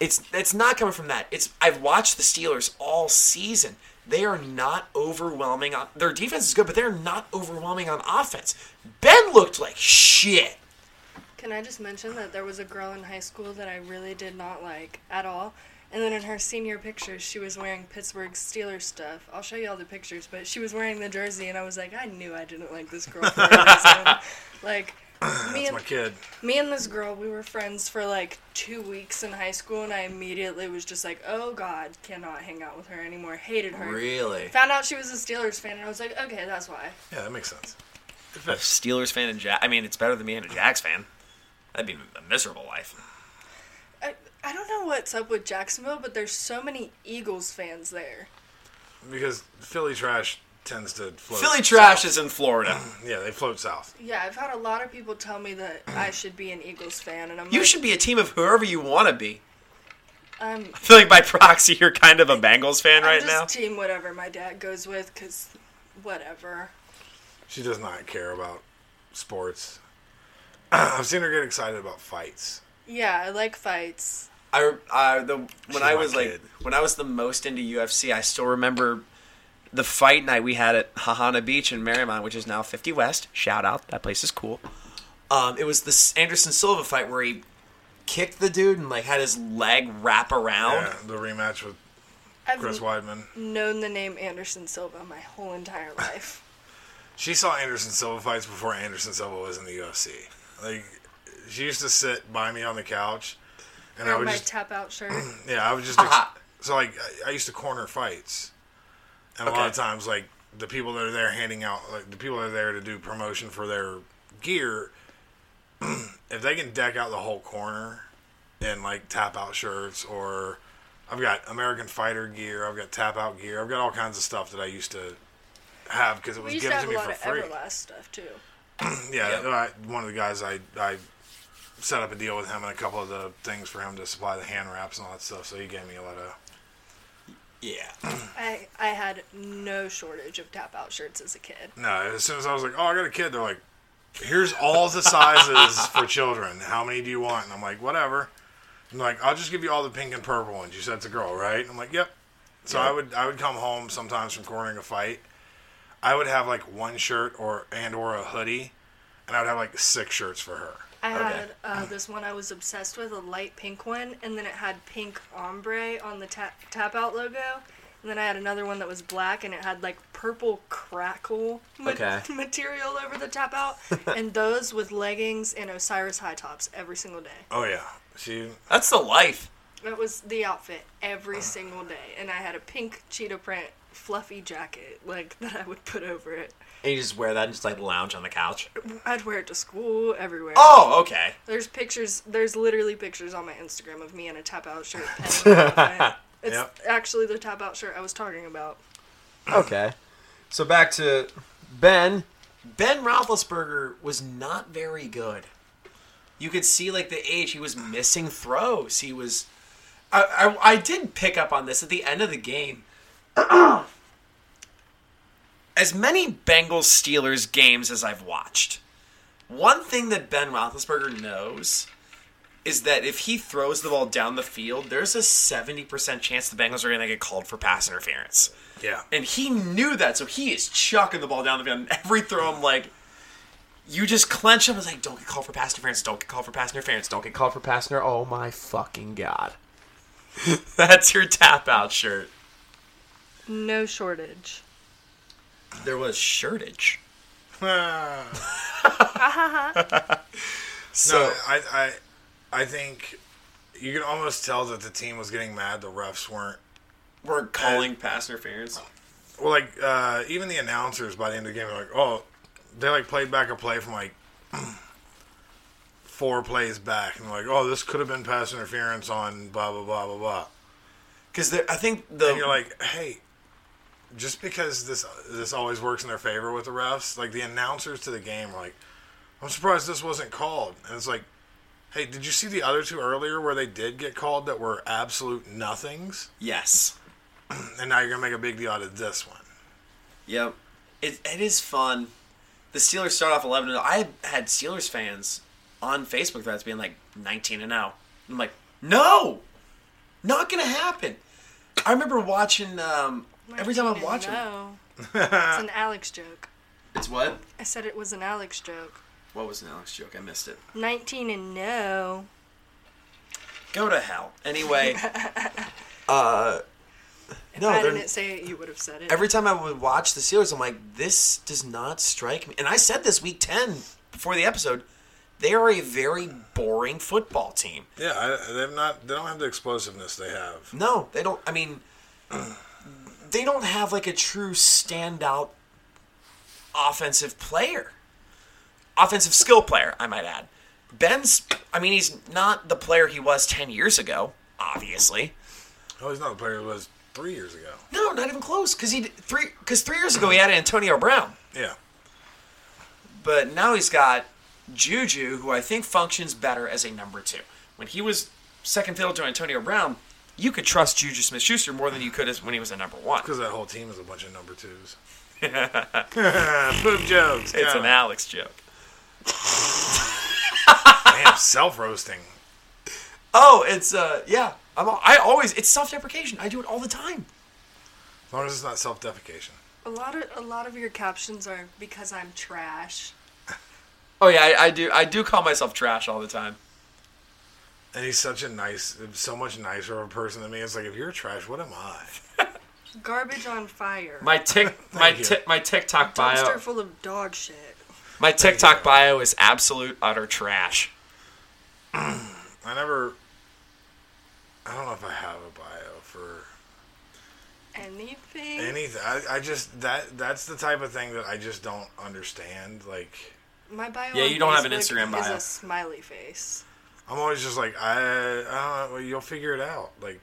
It's it's not coming from that. It's I've watched the Steelers all season. They are not overwhelming. On, their defense is good, but they're not overwhelming on offense. Ben looked like shit.
can I just mention that there was a girl in high school that I really did not like at all, And then in her senior pictures, she was wearing Pittsburgh Steelers stuff. I'll show you all the pictures, but she was wearing the jersey, and I was like, I knew I didn't like this girl for a reason. Like, me
That's
and
my kid.
me and this girl, we were friends for like two weeks in high school, and I immediately was just like, "Oh God, cannot hang out with her anymore." Hated her.
Really?
Found out she was a Steelers fan, and I was like, "Okay, that's why."
Yeah, that makes sense.
Steelers fan and Jack. I mean, it's better than being a Jags fan. That'd be a miserable life.
I, I don't know what's up with Jacksonville, but there's so many Eagles fans there.
Because Philly trash tends to float.
Philly trash is in Florida.
Yeah, they float south.
Yeah, I've had a lot of people tell me that I should be an Eagles fan, and I'm
You
like,
should be a team of whoever you want to be.
I'm,
I feel like by proxy, you're kind of a Bengals fan
Um, I'm
right
just
now.
team whatever my dad goes with, cause whatever.
She does not care about sports. I've seen her get excited about fights.
Yeah, I like fights.
I, I the when
my
I was like
kid.
when I was the most into UFC, I still remember the fight night we had at Hahana Beach in Marymount, which is now 50 West. Shout out, that place is cool. Um, it was this Anderson Silva fight where he kicked the dude and like had his leg wrap around.
Yeah, the rematch with
I've
Chris Weidman.
known the name Anderson Silva my whole entire life.
She saw Anderson Silva fights before Anderson Silva was in the UFC. Like she used to sit by me on the couch, and I
Wear
would
Oh my
just
tap out shirt.
yeah I would just ex- so like I, I used to corner fights, and a lot of
Okay.
times like the people that are there handing out like the people that are there to do promotion for their gear, if they can deck out the whole corner in like tap out shirts or I've got American fighter gear, I've got tap out gear, I've got all kinds of stuff that I used to have because it was
we used
given
to have
to
a
me
lot
for
of
free.
Everlast stuff too.
Yeah, I, one of the guys I I set up a deal with him and a couple of the things for him to supply the hand wraps and all that stuff. So he gave me a lot of.
Yeah.
I I had no shortage of tap out shirts as a kid.
No, as soon as I was like, "Oh, I got a kid," they're like, "Here's all the sizes for children. How many do you want?" And I'm like, "Whatever." I'm like, "I'll just give you all the pink and purple ones." You said it's a girl, right? I'm like, "Yep." So I would I would come home sometimes from cornering a fight. I would have like one shirt or and or a hoodie, and I would have like six shirts for her.
I had uh, this one I was obsessed with, a light pink one, and then it had pink ombre on the tap tap out logo. And then I had another one that was black, and it had like purple crackle ma-
Okay.
material over the tap out, and those with leggings and Osiris high tops every single day.
Oh yeah, she
That's the life.
That was the outfit
Oh.
every single day, and I had a pink cheetah print fluffy jacket like that I would put over it.
And you just wear that and just like lounge on the couch.
I'd wear it to school everywhere.
Oh, okay.
There's pictures. There's literally pictures on my Instagram of me in a tap out shirt. pedaling outfit. it's
Yep.
actually the tap out shirt I was talking about.
Okay. So back to Ben.
Ben Roethlisberger was not very good. You could see like the age; he was missing throws. He was. I, I, I did pick up on this at the end of the game. as many Bengals Steelers games as I've watched, one thing that Ben Roethlisberger knows is that if he throws the ball down the field, there's a seventy percent chance the Bengals are going to get called for pass interference.
yeah.
And he knew that, so he is chucking the ball down the field. And every throw, I'm like, you just clench him. It's like, don't get called for pass interference. Don't get called for pass interference. Don't get called for pass interference. Oh my fucking god. That's your tap out shirt.
No shortage.
There was shirtage.
no,
So
I, I, I think you can almost tell that the team was getting mad. The refs weren't.
we're calling pass interference.
Well, like uh, even the announcers by the end of the game were like, "Oh, they like played back a play from like four plays back, and like, oh, this could have been pass interference on blah blah blah blah blah."
Because I think
And you're
the
like, hey, just because this this always works in their favor with the refs, like the announcers to the game are like, I'm surprised this wasn't called. And it's like, hey, did you see the other two earlier where they did get called that were absolute nothings?
yes,
And now you're gonna make a big deal out of this one.
Yep. It, it is fun. The Steelers start off 11 0. I had Steelers fans on Facebook threads being like 19 and 0. I'm like, no! Not going to happen. I remember watching, um, every time I'm watching.
No. it's an Alex joke.
It's what?
I said it was an Alex joke.
What was an Alex joke? I missed it.
19 and no.
Go to hell. Anyway, No,
I
Oh, they're-
didn't say it, you would have said it.
every time I would watch the Steelers, I'm like, this does not strike me. And I said this week 10 before the episode, they are a very boring football team.
Yeah, I, they've not. They don't have the explosiveness they have.
No, they don't. I mean, they don't have like a true standout offensive player, offensive skill player, I might add. Ben's, I mean, he's not the player he was 10 years ago, obviously.
Oh, he's not the player he was three years ago.
No, not even close. Because he three because three years ago he had Antonio Brown,
Yeah,
but now he's got Juju, who I think functions better as a number two. When he was second fiddle to Antonio Brown, you could trust Juju Smith-Schuster more than you could as when he was a number one.
because that whole team is a bunch of number twos. Poop jokes.
It's
God
an Alex joke.
Damn, self roasting.
Oh, it's uh yeah. I'm al- I always it's self-deprecation. I do it all the time.
As long as it's not self defecation.
a lot of a lot of your captions are because I'm trash.
Oh yeah, I, I do. I do call myself trash all the time.
And he's such a nice, so much nicer of a person than me. It's like if you're trash, what am I?
Garbage on fire.
My tick my
you.
tick my TikTok
Dumpster
bio
full of dog shit.
my TikTok bio is absolute utter trash.
I never. I don't know if I have a bio for
Anything?
anything. I, I just that that's the type of thing that I just don't understand. Like
My bio.
Yeah,
on
you don't have an
Facebook
Instagram
Is
bio.
a smiley face.
I'm always just like I I don't know. You'll figure it out. Like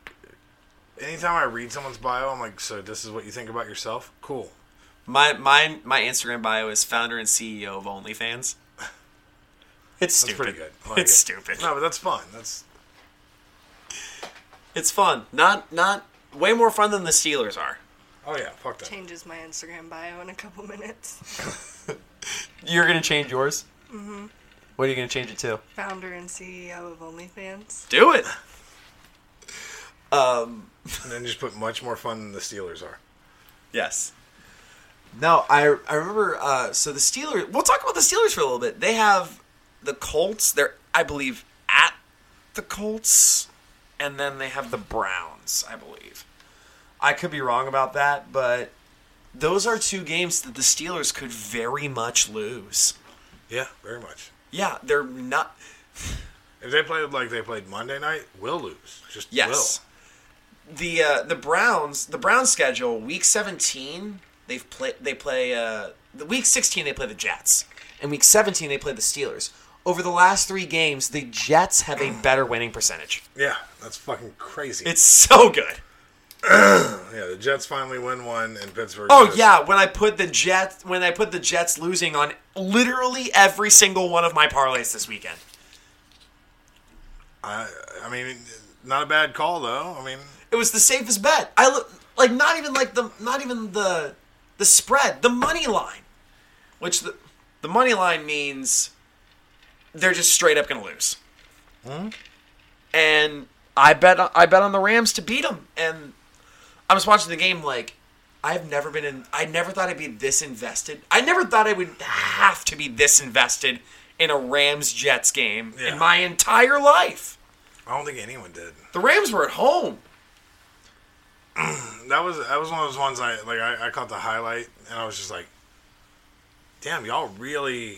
anytime I read someone's bio, I'm like, so this is what you think about yourself? Cool.
My my my Instagram bio is founder and CEO of OnlyFans. It's
That's
stupid.
pretty good. I like
it's
it.
stupid.
No, but that's fun. That's
It's fun. Not not way more fun than the Steelers are.
oh yeah. Fuck that.
Changes my Instagram bio in a couple minutes.
You're gonna change yours. Mm-hmm. What are you gonna change it to?
Founder and CEO of OnlyFans.
Do it.
And then just put much more fun than the Steelers are.
Yes. No, I I remember. Uh, so the Steelers. We'll talk about the Steelers for a little bit. They have the Colts. They're I believe at the Colts, and then they have the Browns. I believe. I could be wrong about that, but those are two games that the Steelers could very much lose.
Yeah, very much.
Yeah, they're not.
If they played like they played Monday night, we'll lose. Just
Yes. The uh, the Browns the Browns schedule week seventeen they've play they play uh, the week sixteen they play the Jets and week seventeen they play the Steelers. Over the last three games, the Jets have a better winning percentage.
will. Yeah, that's fucking crazy.
It's so good.
yeah, the Jets finally win one, and Pittsburgh.
Oh
just-
yeah, when I put the Jets when I put the Jets losing on literally every single one of my parlays this weekend.
I, I mean, not a bad call though. I mean,
It was the safest bet. I lo- like not even like the not even the the spread, the money line, which the the money line means they're just straight up going to lose. Hmm? And I bet I bet on the Rams to beat them. And I was watching the game like I've never been in. I never thought I'd be this invested. I never thought I would have to be this invested in a Rams Jets game
Yeah.
in my entire life.
I don't think anyone did.
The Rams were at home.
That was that was one of those ones I like. I, I caught the highlight, and I was just like, "Damn, y'all really,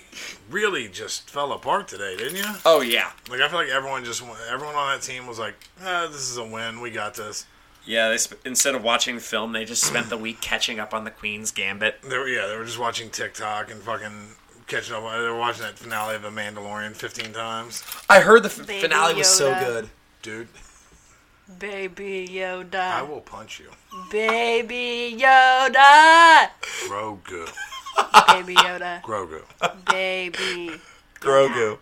really just fell apart today, didn't you?"
Oh yeah.
Like I feel like everyone just wa- everyone on that team was like, eh, "This is a win. We got this."
Yeah, they sp- instead of watching the film, they just spent the week catching up on the Queen's Gambit.
They were, yeah, they were just watching TikTok and fucking catching up. on- They were watching that finale of The Mandalorian 15 times.
I heard the f-
Baby
finale was so
Yoda.
good.
Dude,
Baby Yoda.
I will punch you.
Baby Yoda.
Grogu.
Baby Yoda.
Grogu.
Baby.
Grogu.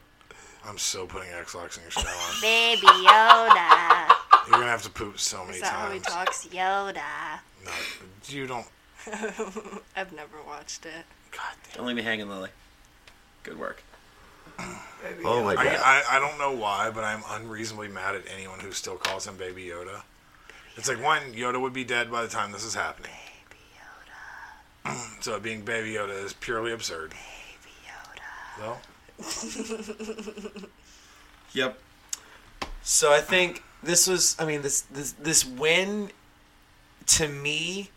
I'm so putting X lax in your style.
Baby Yoda.
You're going to have to poop so many
Is that how he
times.
talks? Yoda.
No, you don't.
I've never watched it.
God damn.
Don't leave me hanging, Lily. Good work.
Oh my
I,
god.
I, I don't know why, but I'm unreasonably mad at anyone who still calls him Baby Yoda. It's like, one, Yoda would be dead by the time this is happening. Baby Yoda. so being Baby Yoda is purely absurd. Baby Yoda. Well,
Yep. So I think
this was. I mean this this this win to me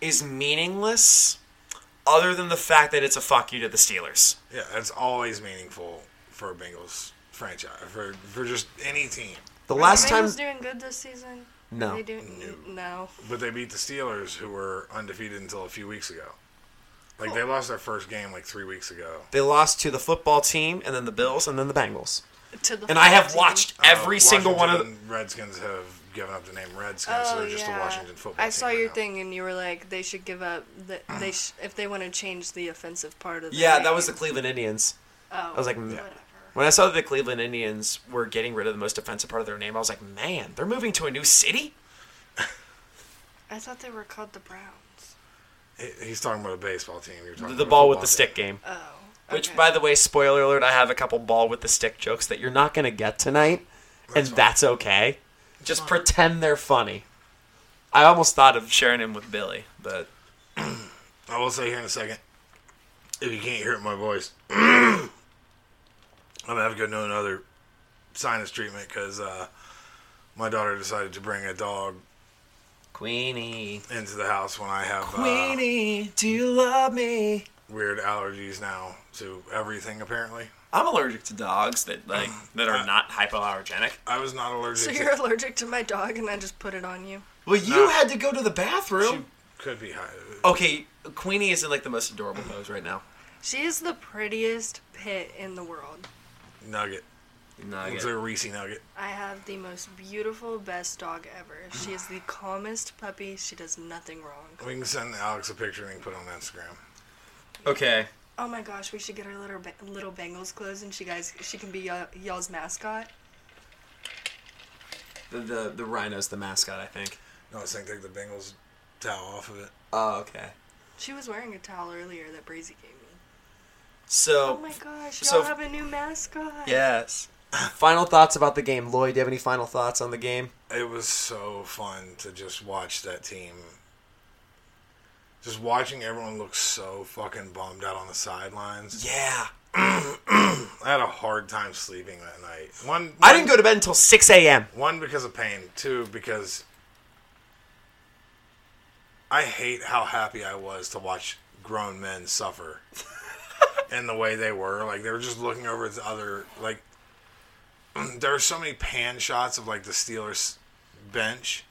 is meaningless, other than the fact that it's a fuck you to the Steelers.
Yeah, that's always meaningful for a Bengals franchise for for just any team.
The last
Are the
time,
Bengals doing good this season?
No.
Are they doing no.
But they beat the Steelers, who were undefeated until a few weeks ago. Like they lost their first game like three weeks ago.
they lost to the football team, and then the Bills, and then the Bengals.
To the
And I have
football
watched
Uh,
every single one of them.
Washington Redskins have given up the name Redskins,
Oh,
so they're just
yeah.
a Washington football.
I saw
team
your
right now.
thing, and you were like, they should give up. The, they sh- if they want to change the offensive part of the
Yeah, that
name.
was the Cleveland Indians.
Oh,
I was like, "Mm." when I saw that the Cleveland Indians were getting rid of the most offensive part of their name, I was like, man, they're moving to a new city?
I thought they were called the Browns.
He- He's talking about a baseball team. You're talking
The,
about a
ball with
football
the
team.
stick game.
Oh,
Which,
okay.
by the way, spoiler alert, I have a couple ball with the stick jokes that you're not going to get tonight, and that's okay. Just pretend they're funny. I almost thought of sharing him with Billy, but
I will say here in a second. If you can't hear it in my voice, I'm gonna have to go do another sinus treatment because uh, my daughter decided to bring a dog
Queenie,
into the house when I have uh,
Queenie, do you love me?
weird allergies now to everything. Apparently,
I'm allergic to dogs that like that are not hypoallergenic.
I was not allergic.
So
to-
you're allergic to my dog, and I just put it on you.
Well, you had to go to the bathroom.
could be high. uh,
Okay, Queenie is in like the most adorable pose right now.
She is the prettiest pit in the world.
nugget. Looks like a Reese nugget.
I have the most beautiful, best dog ever. She is the calmest puppy. She does nothing wrong.
We can send Alex a picture and he can put it on Instagram.
Okay.
Oh my gosh, we should get her little ba- little Bengals clothes, and she guys she can be y- y'all's mascot.
The, the the rhino's the mascot, I think.
No, I think take the Bengals towel off of it.
Oh, okay.
She was wearing a towel earlier that Brazy gave me.
So
Oh my gosh,
So-
y'all have a new mascot.
yes. Final thoughts about the game, Lloyd. Do you have any final thoughts on the game?
It was so fun to just watch that team. Just watching everyone look so fucking bummed out on the sidelines.
Yeah.
I had a hard time sleeping that night. One,
I didn't go to bed until 6 a.m.
One because of pain. Two because I hate how happy I was to watch grown men suffer in the way they were. Like they were just looking over at the other. Like there are so many pan shots of like the Steelers bench,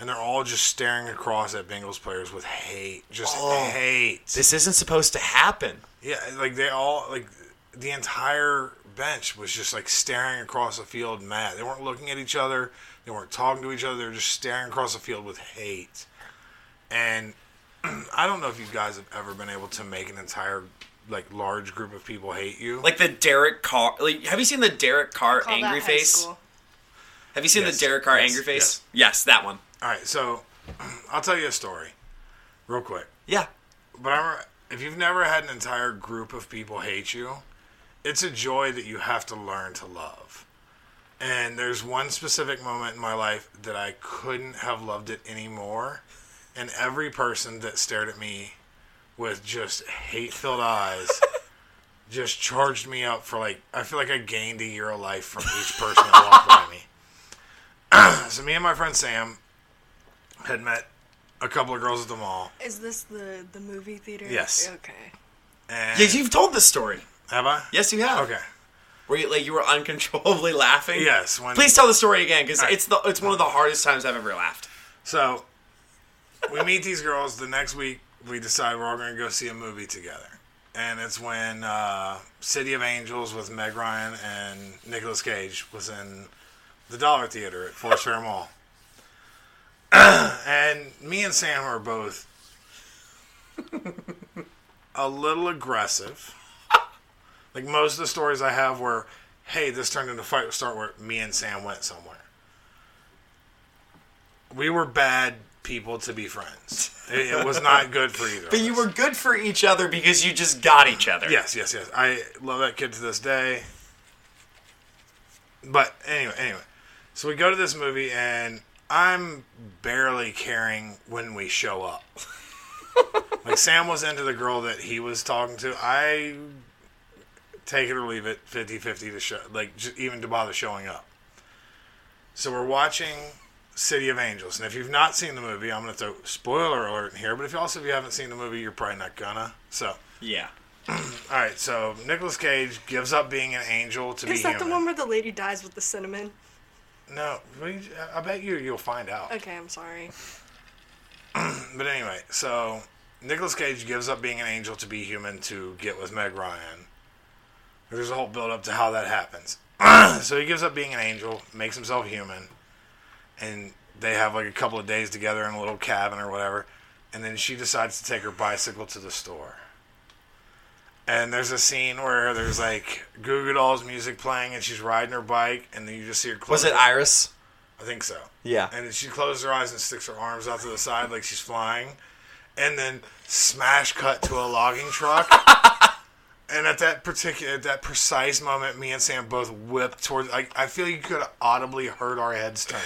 and they're all just staring across at Bengals players with hate, just hate.
This isn't supposed to happen.
Yeah, like they all like the entire bench was just like staring across the field mad. They weren't looking at each other, they weren't talking to each other, they were just staring across the field with hate. And I don't know if you guys have ever been able to make an entire like large group of people hate you.
Like the Derek Carr. Like, have you seen the Derek Carr
Call
angry
that high
face?
school.
Have you seen
Yes,
the Derek Carr
yes,
angry face? Yes. that one.
all right, so I'll tell you a story real quick.
Yeah.
But I remember, if you've never had an entire group of people hate you, it's a joy that you have to learn to love. And there's one specific moment in my life that I couldn't have loved it anymore. And every person that stared at me with just hate filled eyes just charged me up for like, I feel like I gained a year of life from each person that walked by me. so, me and my friend Sam had met a couple of girls at the mall.
Is this the the movie theater?
Yes.
Okay.
And
Yeah, you've told this story.
Have I?
Yes, you have.
Okay.
Where you, like you were uncontrollably laughing.
Yes, when-
Please tell the story again, because
All right.
it's the it's one of the hardest times I've ever laughed.
So we meet these girls. The next week, we decide we're all going to go see a movie together. And it's when uh, City of Angels with Meg Ryan and Nicolas Cage was in the Dollar Theater at Forest Fair Mall. and me and Sam are both a little aggressive. Like most of the stories I have were, hey, this turned into a fight. Start where me and Sam went somewhere. We were bad people to be friends. It, it was not good for either.
But
of
you
us.
were good for each other because you just got each other.
Yes, yes, yes. I love that kid to this day. But anyway, anyway. So we go to this movie and I'm barely caring when we show up. like Sam was into the girl that he was talking to. I take it or leave it 50-50 to show like j- even to bother showing up. So we're watching City of Angels, and if you've not seen the movie, I'm going to throw spoiler alert in here. But if you also if you haven't seen the movie, you're probably not gonna. So
yeah.
all right. So Nicolas Cage gives up being an angel to
Is
be
that
human.
the one where the lady dies with the cinnamon?
No, we- I bet you you'll find out.
Okay, I'm sorry.
But anyway, so Nicolas Cage gives up being an angel to be human to get with Meg Ryan. There's a whole build up to how that happens. so he gives up being an angel, makes himself human, and they have like a couple of days together in a little cabin or whatever. And then she decides to take her bicycle to the store. And there's a scene where there's like Goo Goo Dolls music playing, and she's riding her bike, and then you just see her.
Was
close-
it Iris?
I think so.
Yeah.
And then she closes her eyes and sticks her arms out to the side like she's flying. And then smash cut to a logging truck. and at that particular, at that precise moment, me and Sam both whipped towards. I, I feel you could have audibly heard our heads turn,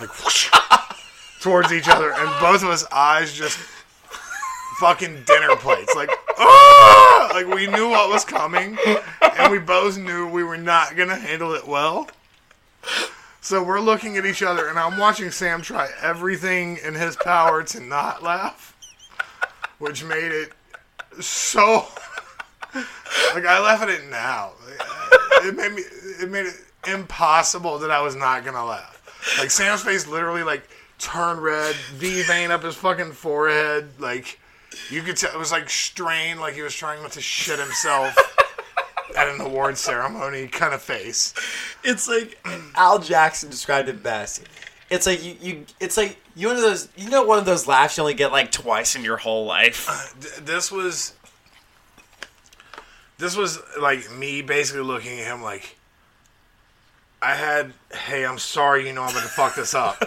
like whoosh, towards each other, and both of us eyes just fucking dinner plates, like ah, like we knew what was coming, and we both knew we were not gonna handle it well. So we're looking at each other, and I'm watching Sam try everything in his power to not laugh, which made it so. Like I laugh at it now. It made me. It made it impossible that I was not gonna laugh. Like Sam's face literally like turned red, V vein up his fucking forehead. Like you could tell it was like strained, like he was trying not to shit himself at an award ceremony kind of face.
It's like Al Jackson described it best. It's like you, you it's like you one of those you know one of those laughs you only get like twice in your whole life.
Th- this was this was like me basically looking at him like I had hey I'm sorry you know I'm gonna fuck this up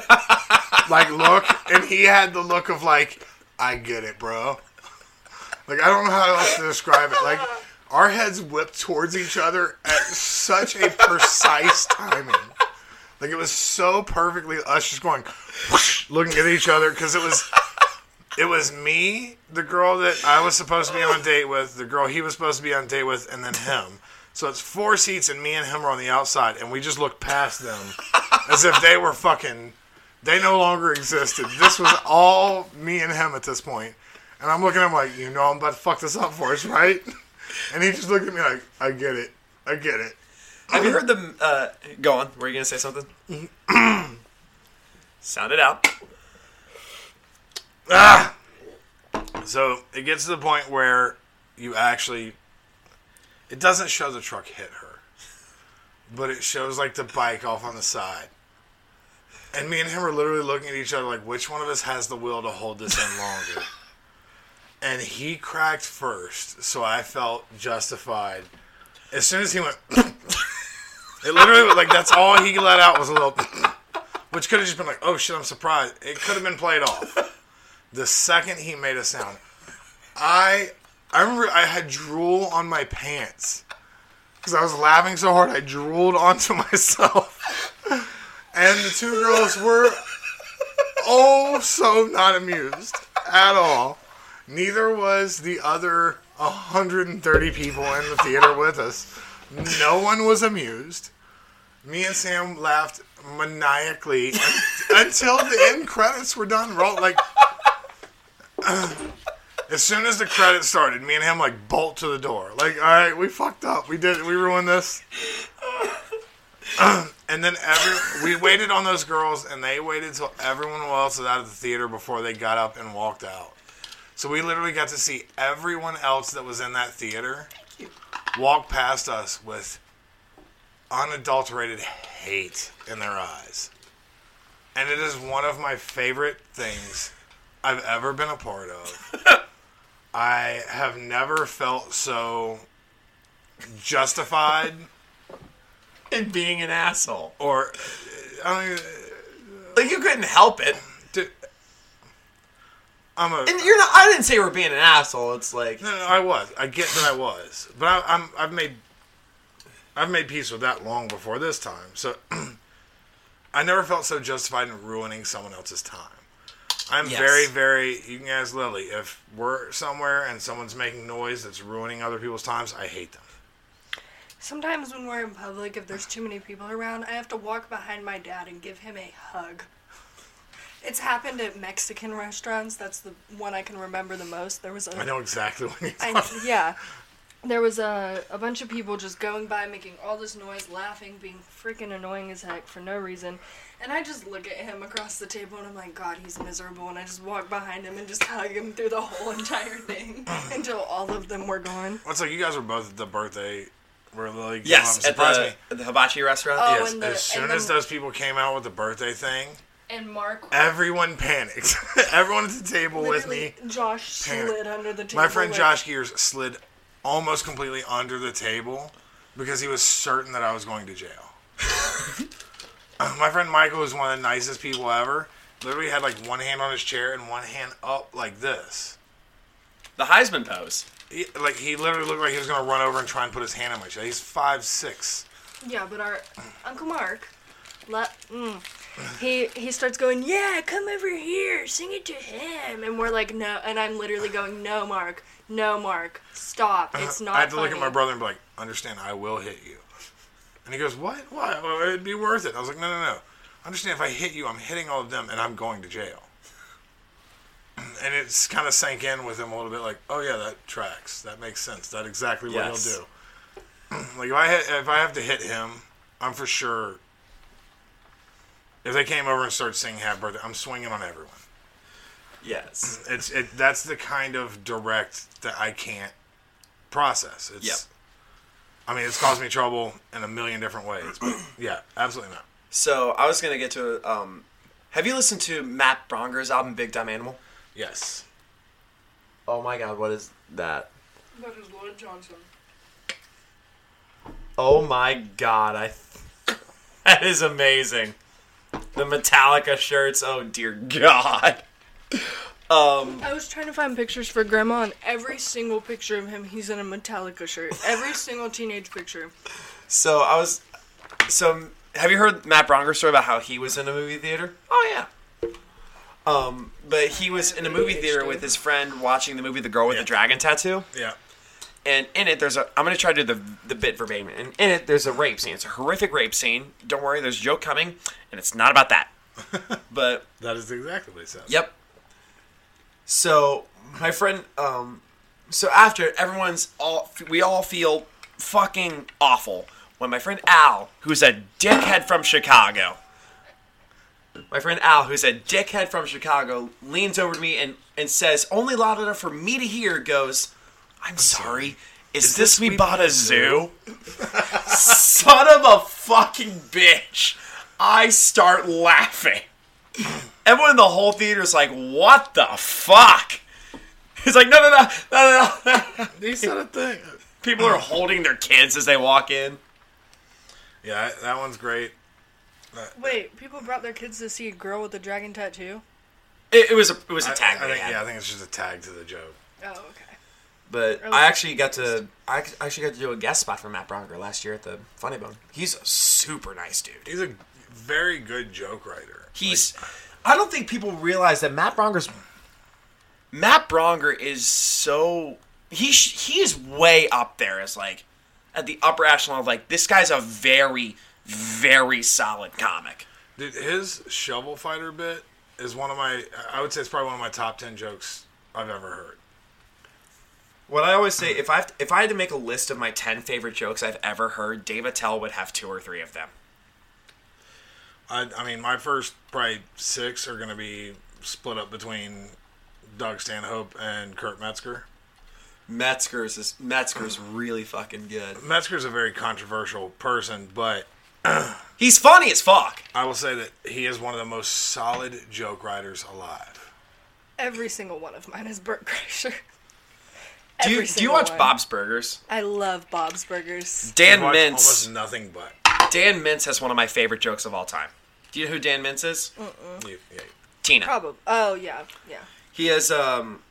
like look and he had the look of like I get it bro like I don't know how else to describe it like our heads whipped towards each other at such a precise timing like it was so perfectly us just going whoosh, looking at each other because it was it was me, the girl that I was supposed to be on a date with, the girl he was supposed to be on a date with, and then him. So it's four seats, and me and him are on the outside, and we just looked past them as if they were fucking. They no longer existed. This was all me and him at this point. And I'm looking at him like, you know, I'm about to fuck this up for us, right? And he just looked at me like, I get it. I get it.
Have you heard the uh go on, were you gonna say something? Sound it out.
Ah! So it gets to the point where you actually. It doesn't show the truck hit her, but it shows like the bike off on the side. And me and him are literally looking at each other like, which one of us has the will to hold this in longer? and he cracked first, so I felt justified. As soon as he went, it literally was like that's all he let out was a little, which could have just been like, oh shit, I'm surprised. It could have been played off the second he made a sound, I I remember I had drool on my pants because I was laughing so hard I drooled onto myself, and the two girls were oh so not amused at all. Neither was the other 130 people in the theater with us. No one was amused. Me and Sam laughed maniacally until the end credits were done. Roll like as soon as the credits started, me and him like bolt to the door. Like, all right, we fucked up. We did. it. We ruined this. and then every we waited on those girls, and they waited till everyone else was out of the theater before they got up and walked out. So we literally got to see everyone else that was in that theater walk past us with unadulterated hate in their eyes. And it is one of my favorite things I've ever been a part of. I have never felt so justified
in being an asshole.
Or I don't even,
like you couldn't help it.
I'm a
And you're not I didn't say we're being an asshole. It's like
No, no, I was. I get that I was, but I, I'm I've made I've made peace with that long before this time. So I never felt so justified in ruining someone else's time. I'm
Yes.
very, very. You can ask Lily if we're somewhere and someone's making noise that's ruining other people's times. I hate them.
Sometimes when we're in public, if there's too many people around, I have to walk behind my dad and give him a hug. It's happened at Mexican restaurants. That's the one I can remember the most. There was a
I know exactly what you're
I,
talking
yeah. There was a, a bunch of people just going by, making all this noise, laughing, being freaking annoying as heck for no reason. And I just look at him across the table and I'm like, God, he's miserable. And I just walk behind him and just hug him through the whole entire thing until all of them were gone.
What's like you guys were both at the birthday where Lily came
Yes,
up
at
and surprised
the,
me.
at the hibachi restaurant.
Oh,
yes,
and the-
as soon
and
as
the-
those people came out with the birthday thing,
And Mark
everyone panicked. everyone at the table with me.
literally, Josh
panicked.
slid under the table.
My friend
like-
Josh Gears slid almost completely under the table because he was certain that I was going to jail. Uh, My friend Michael is one of the nicest people ever. Literally had like one hand on his chair and one hand up like this.
The Heisman pose.
He, like he literally looked like he was gonna run over and try and put his hand on my chest. He's five six.
Yeah, but our Uncle Mark, le- mm, he he starts going, yeah, come over here, sing it to him, and we're like, no, and I'm literally going, no, Mark, no, Mark, stop, it's not.
Uh-huh. I had to look at
funny."
my brother and be like, "Understand, I will hit you." And he goes, "What? Why? Well, it'd be worth it." I was like, "No, no, no. Understand, if I hit you, I'm hitting all of them, and I'm going to jail." And it's kind of sank in with him a little bit, like, "Oh yeah, that tracks. That makes sense. That's exactly what
Yes.
he'll do." like if I hit, if I have to hit him, I'm for sure. If they came over and started singing "Happy Birthday," I'm swinging on everyone.
Yes.
It's it. That's the kind of direct that I can't process. It's.
Yep.
I mean, it's caused me trouble in a million different ways. But yeah, absolutely not.
So I was gonna get to. Um, have you listened to Matt Bronger's album Big Dumb Animal?
Yes.
Oh my god, what is that?
That is Lloyd Johnson.
Oh my god, I. that is amazing. The Metallica shirts. Oh dear god. Um.
I was trying to find pictures for Grandma, and every single picture of him, he's in a Metallica shirt. Every single teenage picture.
So I was. So have you heard Matt Bronger's story about how he was in a movie theater? Oh yeah. Um, but he was in a movie theater with his friend watching the movie The Girl with the Dragon Tattoo.
Yeah.
and in it there's a i'm going to try to do the, the bit verbatim and in it there's a rape scene it's a horrific rape scene don't worry there's a joke coming and it's not about that but
That is exactly what it says.
yep so my friend um so after everyone's all we all feel fucking awful when my friend al who's a dickhead from chicago my friend al who's a dickhead from chicago leans over to me and and says only loud enough for me to hear goes i'm sorry is, this, we bought a zoo? Son of a fucking bitch. I start laughing. Everyone in the whole theater is like, what the fuck? He's like, no, no, no, no, no, no.
He said a thing.
People are holding their kids as they walk in.
Yeah, that- that one's great.
Wait, people brought their kids to see a girl with a dragon tattoo.
It, it was a it was a
I-
tag.
I,
they
think,
had.
yeah, I think it's just a tag to the joke.
Oh, okay.
But I actually got to I ac- actually got to do a guest spot for Matt Bronger last year at the Funny Bone. He's a super nice dude.
He's a very good joke writer.
He's I don't think people realize that Matt Bronger's Matt Bronger is so he sh- he is way up there as like at the upper echelon of like this guy's a very very solid comic.
Dude, his shovel fighter bit is one of my. I would say it's probably one of my top ten jokes I've ever heard.
What I always say if I have to- if I had to make a list of my 10 favorite jokes I've ever heard, Dave Attell would have two or three of them.
I, I mean, my first probably six are going to be split up between Doug Stanhope and Kurt Metzger.
Metzger's is Metzger's really fucking good.
Metzger's a very controversial person, but
He's funny as fuck.
I will say that he is one of the most solid joke writers alive.
Every single one of mine is Burt Kreischer.
Do you,
Every
do you
single
watch
one.
Bob's Burgers?
I love Bob's Burgers.
Dan
I've watched
Mintz.
Almost nothing but.
Dan Mintz has one of my favorite jokes of all time. Do you know who Dan Mintz is?
You- yeah.
Tina.
Probably. Oh yeah, yeah.
He is um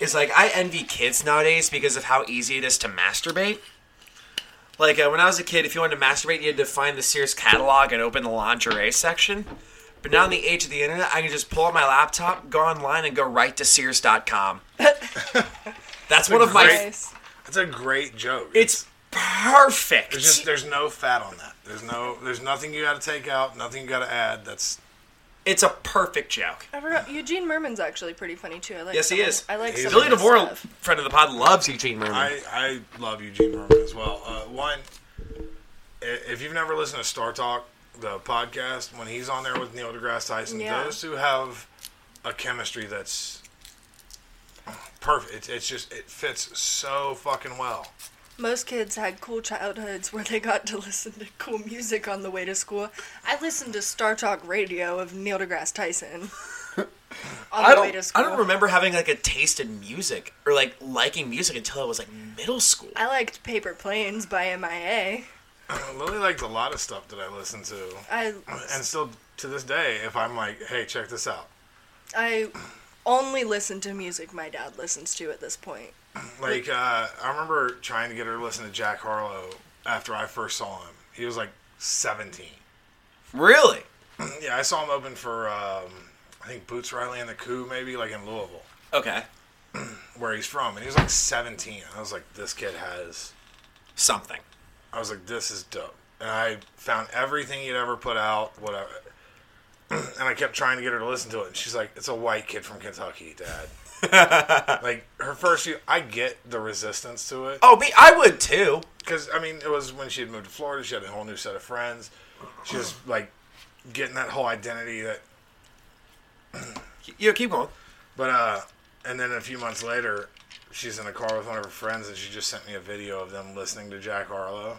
is like I envy kids nowadays because of how easy it is to masturbate. Like uh, when I was a kid, if you wanted to masturbate, you had to find the Sears catalog and open the lingerie section. But now in the age of the internet, I can just pull out my laptop, go online, and go right to Sears.com. That's one of my.
Nice.
That's a great joke.
It's perfect.
There's just there's no fat on that. There's no there's nothing you got to take out, nothing you got to add. That's
it's a perfect joke.
I forgot Eugene Merman's actually pretty funny too. I like.
yes, he
some-
is.
I like. some
Billy
of his
DeVore,
stuff.
friend of the pod, loves Eugene Merman.
I I love Eugene Merman as well. Uh, one, i- if you've never listened to Star Talk, the podcast, when he's on there with Neil deGrasse Tyson,
Yeah.
those two have a chemistry that's perfect. It's, it's just it fits so fucking well.
Most kids had cool childhoods where they got to listen to cool music on the way to school. I listened to Star Talk Radio of Neil deGrasse Tyson on the
I don't,
way to
I
school.
don't remember having like a taste in music or like liking music until I was like middle school.
I liked Paper Planes by MIA.
Lily liked a lot of stuff that I listened to,
I
and still to this day, if I'm like, hey, check this out,
I only listen to music my dad listens to at this point.
Like uh, I remember trying to get her to listen to Jack Harlow after I first saw him. He was like seventeen.
Really?
yeah, I saw him open for um, I think Boots Riley and the Coup, maybe like in Louisville,
Okay.
where he's from, and he was like seventeen. I was like, this kid has
something.
I was like, this is dope, and I found everything he'd ever put out, whatever. And I kept trying to get her to listen to it, and she's like, "It's a white kid from Kentucky, Dad." like her first few, I get the resistance to it.
Oh, me, I would too.
Because I mean, it was when she had moved to Florida. She had a whole new set of friends. She was like getting that whole identity that.
Yeah, keep going.
But uh, and then a few months later, she's in a car with one of her friends, and she just sent me a video of them listening to Jack Harlow.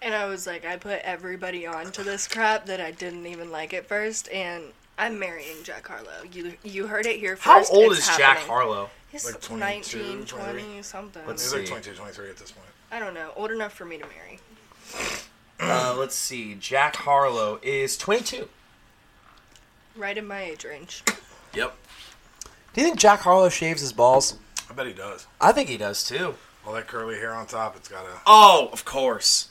And I was like, I put everybody on to this crap that I didn't even like at first, and I'm marrying Jack Harlow. You you heard it here first.
How old
it's
is Jack
happening.
Harlow?
He's
Like 22,
19,
23.
20, something.
Let's
He's like
see.
22, 23 at this point.
I don't know. Old enough for me to marry.
Uh, let's see. Jack Harlow is 22.
Right in my age range.
Yep. Do you think Jack Harlow shaves his balls?
I bet he does.
I think he does too.
All that curly hair on top, it's got a.
Oh, of course.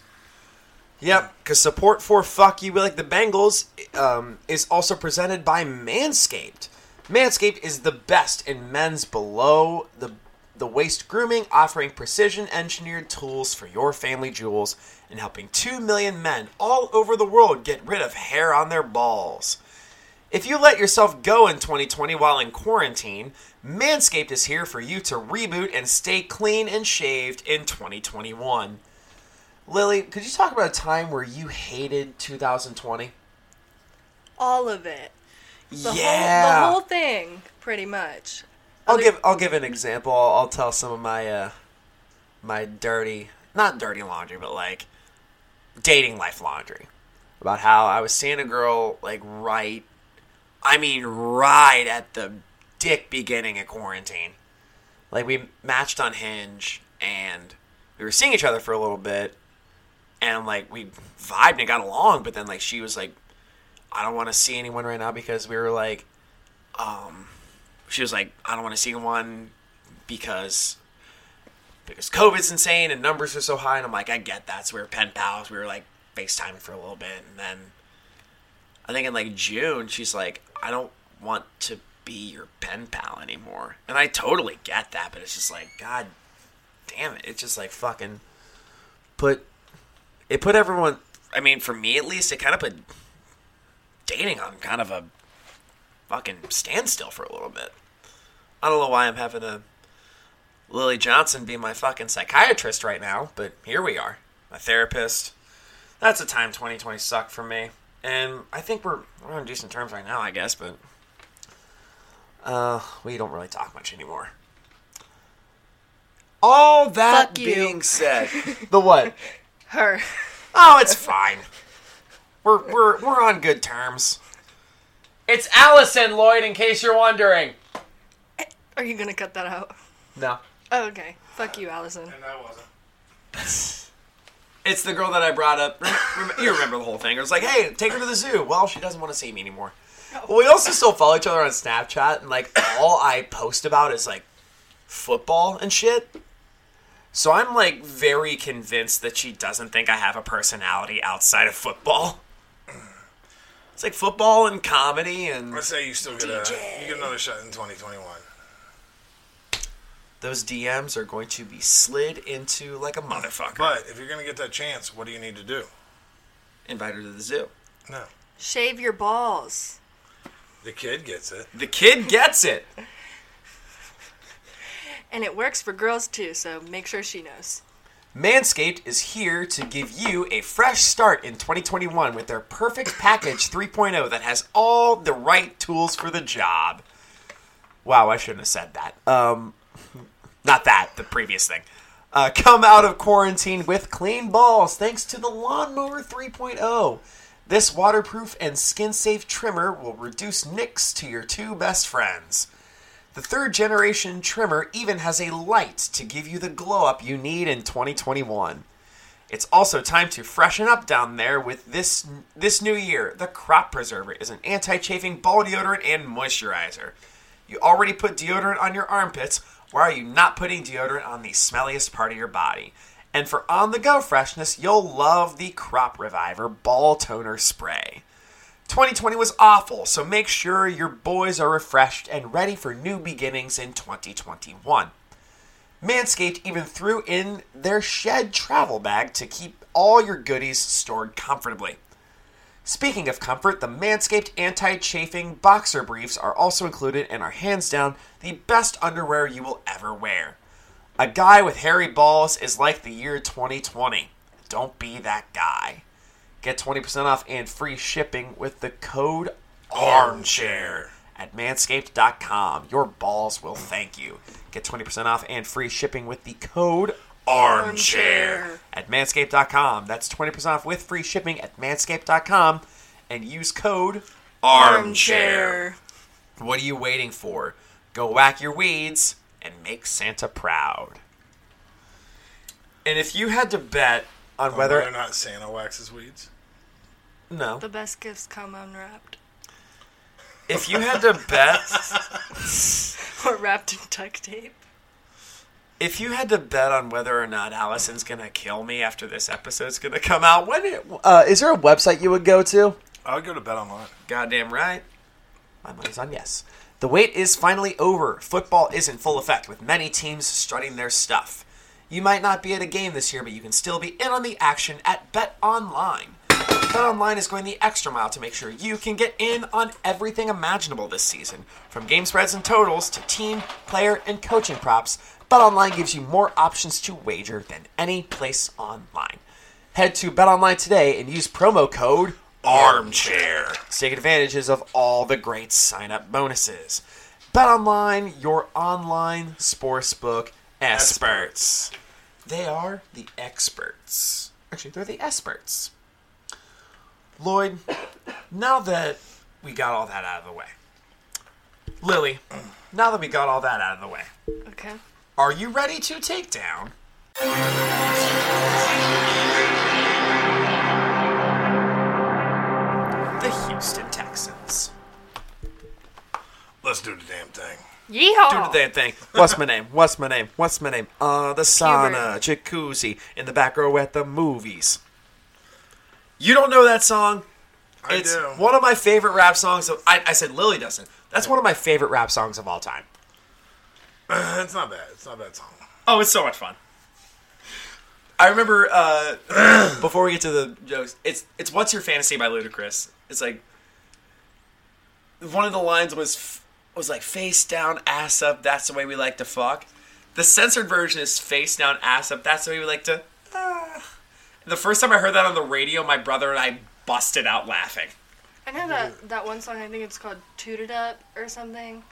Yep, because support for Fuck You Like the Bengals um, is also presented by Manscaped. Manscaped is the best in men's below the, the waist grooming, offering precision engineered tools for your family jewels and helping 2 million men all over the world get rid of hair on their balls. If you let yourself go in 2020 while in quarantine, Manscaped is here for you to reboot and stay clean and shaved in 2021. Lily, could you talk about a time where you hated 2020?
All of it. The
Yeah.
Whole, the whole thing, pretty much.
I'll give I'll give an example. I'll, I'll tell some of my uh, my dirty, not dirty laundry, but like dating life laundry about how I was seeing a girl like right, I mean right at the dick beginning of quarantine. Like we matched on Hinge and we were seeing each other for a little bit, and like we vibed and got along, but then like she was like, I don't want to see anyone right now because we were like, um, she was like, I don't want to see one because because COVID's insane and numbers are so high. And I'm like, I get that. So we were pen pals. We were like FaceTiming for a little bit, and then I think in like June, she's like, I don't want to be your pen pal anymore. And I totally get that, but it's just like, God damn it! It's just like fucking put it put everyone. I mean, for me at least, it kind of put dating on kind of a fucking standstill for a little bit. I don't know why I'm having a Lily Johnson be my fucking psychiatrist right now, but here we are. My therapist. That's a time 2020 sucked for me. And I think we're we're on decent terms right now, I guess, but uh, we don't really talk much anymore. All that
Fuck you.
being said, the what?
Her.
Oh, it's fine. We're we're we're on good terms. It's Allison Lloyd, in case you're wondering.
Are you gonna cut that out?
No,
Oh, okay. Fuck you, Allison.
And I wasn't.
it's the girl that I brought up. Rem- You remember the whole thing? It was like, hey, take her to the zoo. Well, she doesn't want to see me anymore. Well, we also still follow each other on Snapchat, and like all I post about is like football and shit. So I'm like very convinced that she doesn't think I have a personality outside of football. It's like football and comedy and
Let's say you still get a you get another shot in 2021.
those DMs are going to be slid into like a motherfucker.
But if you're gonna get that chance, what do you need to do?
Invite her to the zoo.
No,
Shave your balls.
the kid gets it.
The kid gets it.
And it works for girls too, so make sure she knows.
Manscaped is here to give you a fresh start in 2021 with their perfect package 3.0 that has all the right tools for the job. Wow, I shouldn't have said that. Um, not that, the previous thing. Uh, come out of quarantine with clean balls thanks to the Lawnmower 3.0. This waterproof and skin safe trimmer will reduce nicks to your two best friends. The third generation trimmer even has a light to give you the glow up you need in 2021. It's also time to freshen up down there with this this new year. The Crop Preserver is an anti-chafing ball deodorant and moisturizer. You already put deodorant on your armpits. Why are you not putting deodorant on the smelliest part of your body? And for on-the-go freshness, you'll love the Crop Reviver Ball Toner Spray. 2020 was awful, so make sure your boys are refreshed and ready for new beginnings in 2021. Manscaped even threw in their shed travel bag to keep all your goodies stored comfortably. Speaking of comfort, the Manscaped anti chafing boxer briefs are also included and are hands down the best underwear you will ever wear. A guy with hairy balls is like the year 2020. Don't be that guy. Get 20% off and free shipping with the code ARMCHAIR at manscaped.com. Your balls will thank you. Get 20% off and free shipping with the code ARMCHAIR at manscaped.com. That's 20% off with free shipping at manscaped.com and use code ARMCHAIR. What are you waiting for? Go whack your weeds and make Santa proud. And if you had to bet on
On
whether
or not Santa waxes weeds.
no,
The best gifts come unwrapped.
if you had to bet,
or wrapped in duct tape.
if you had to bet on whether or not Allison's gonna kill me after this episode's gonna come out, when it, uh, is there a website you would go to?
I would go to bet online.
Goddamn right. My money's on yes. The wait is finally over. Football is in full effect with many teams strutting their stuff. You might not be at a game this year, but you can still be in on the action at Bet Online. Bet Online is going the extra mile to make sure you can get in on everything imaginable this season, from game spreads and totals to team, player, and coaching props. Bet Online gives you more options to wager than any place online. Head to BetOnline today and use promo code ARMCHAIR to take advantages of all the great sign-up bonuses. BetOnline, your online sportsbook experts. They are the experts. Actually, they're the experts. Lloyd, now that we got all that out of the way, Lily, now that we got all that out of the way,
Okay.
are you ready to take down? The Houston Texans.
Let's do the damn thing.
Do
Oh.
the damn thing. What's my name? What's my name? What's my name? Uh, the sauna, jacuzzi, in the back row at the movies. You don't know that song?
I
it's
do.
one of my favorite rap songs. Of, I, I said Lily doesn't. That's one of my favorite rap songs of all time.
it's not bad. It's not a bad song.
Oh, it's so much fun. I remember uh, before we get to the jokes, it's it's "What's Your Fantasy" by Ludacris. It's like one of the lines was f- was like face down, ass up. That's the way we like to fuck. The censored version is face down, ass up. That's the way we like to. ah." The first time I heard that on the radio, my brother and I busted out laughing.
I know that that one song. I think it's called "Toot It Up" or something.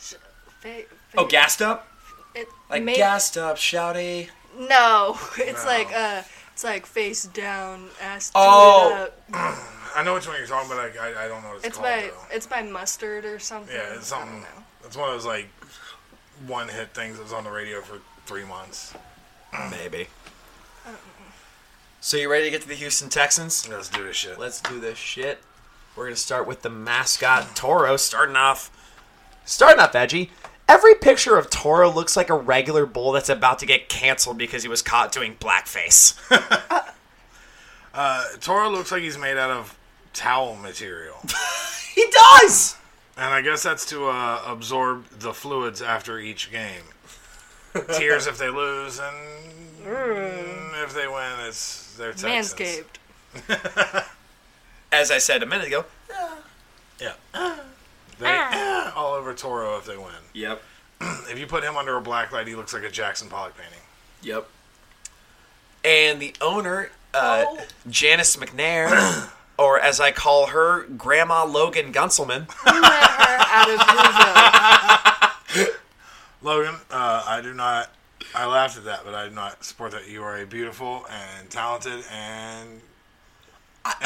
Sh- fa- fa-
Oh, gassed up,
It
like
may-
gassed up, shouty.
No, it's
No.
like uh, it's like face down, ass.
Oh.
Oh,
I know which one you're talking about. I, I, I don't know what it's,
it's
called.
by
though.
it's by mustard or something.
Yeah, it's
I don't
something.
know.
It's one of those like one hit things that was on the radio for three months.
Maybe. So you ready to get to the Houston Texans?
Let's do this shit.
Let's do this shit. We're gonna start with the mascot Toro. Starting off, starting off edgy. Every picture of Toro looks like a regular bull that's about to get canceled because he was caught doing blackface.
Toro looks like he's made out of towel material,
he does.
and I guess that's to uh, absorb the fluids after each game. Tears if they lose, and mm, if they win, it's their Texans.
Manscaped.
As I said a minute ago,
Yeah. They, all over Toro if they win.
Yep.
if you put him under a black light, he looks like a Jackson Pollock painting.
Yep. And the owner, uh, Janice McNair, or as I call her, Grandma Logan Gunselman.
out of
Logan, uh, I do not. I laughed at that, but I do not support that. You are a beautiful and talented and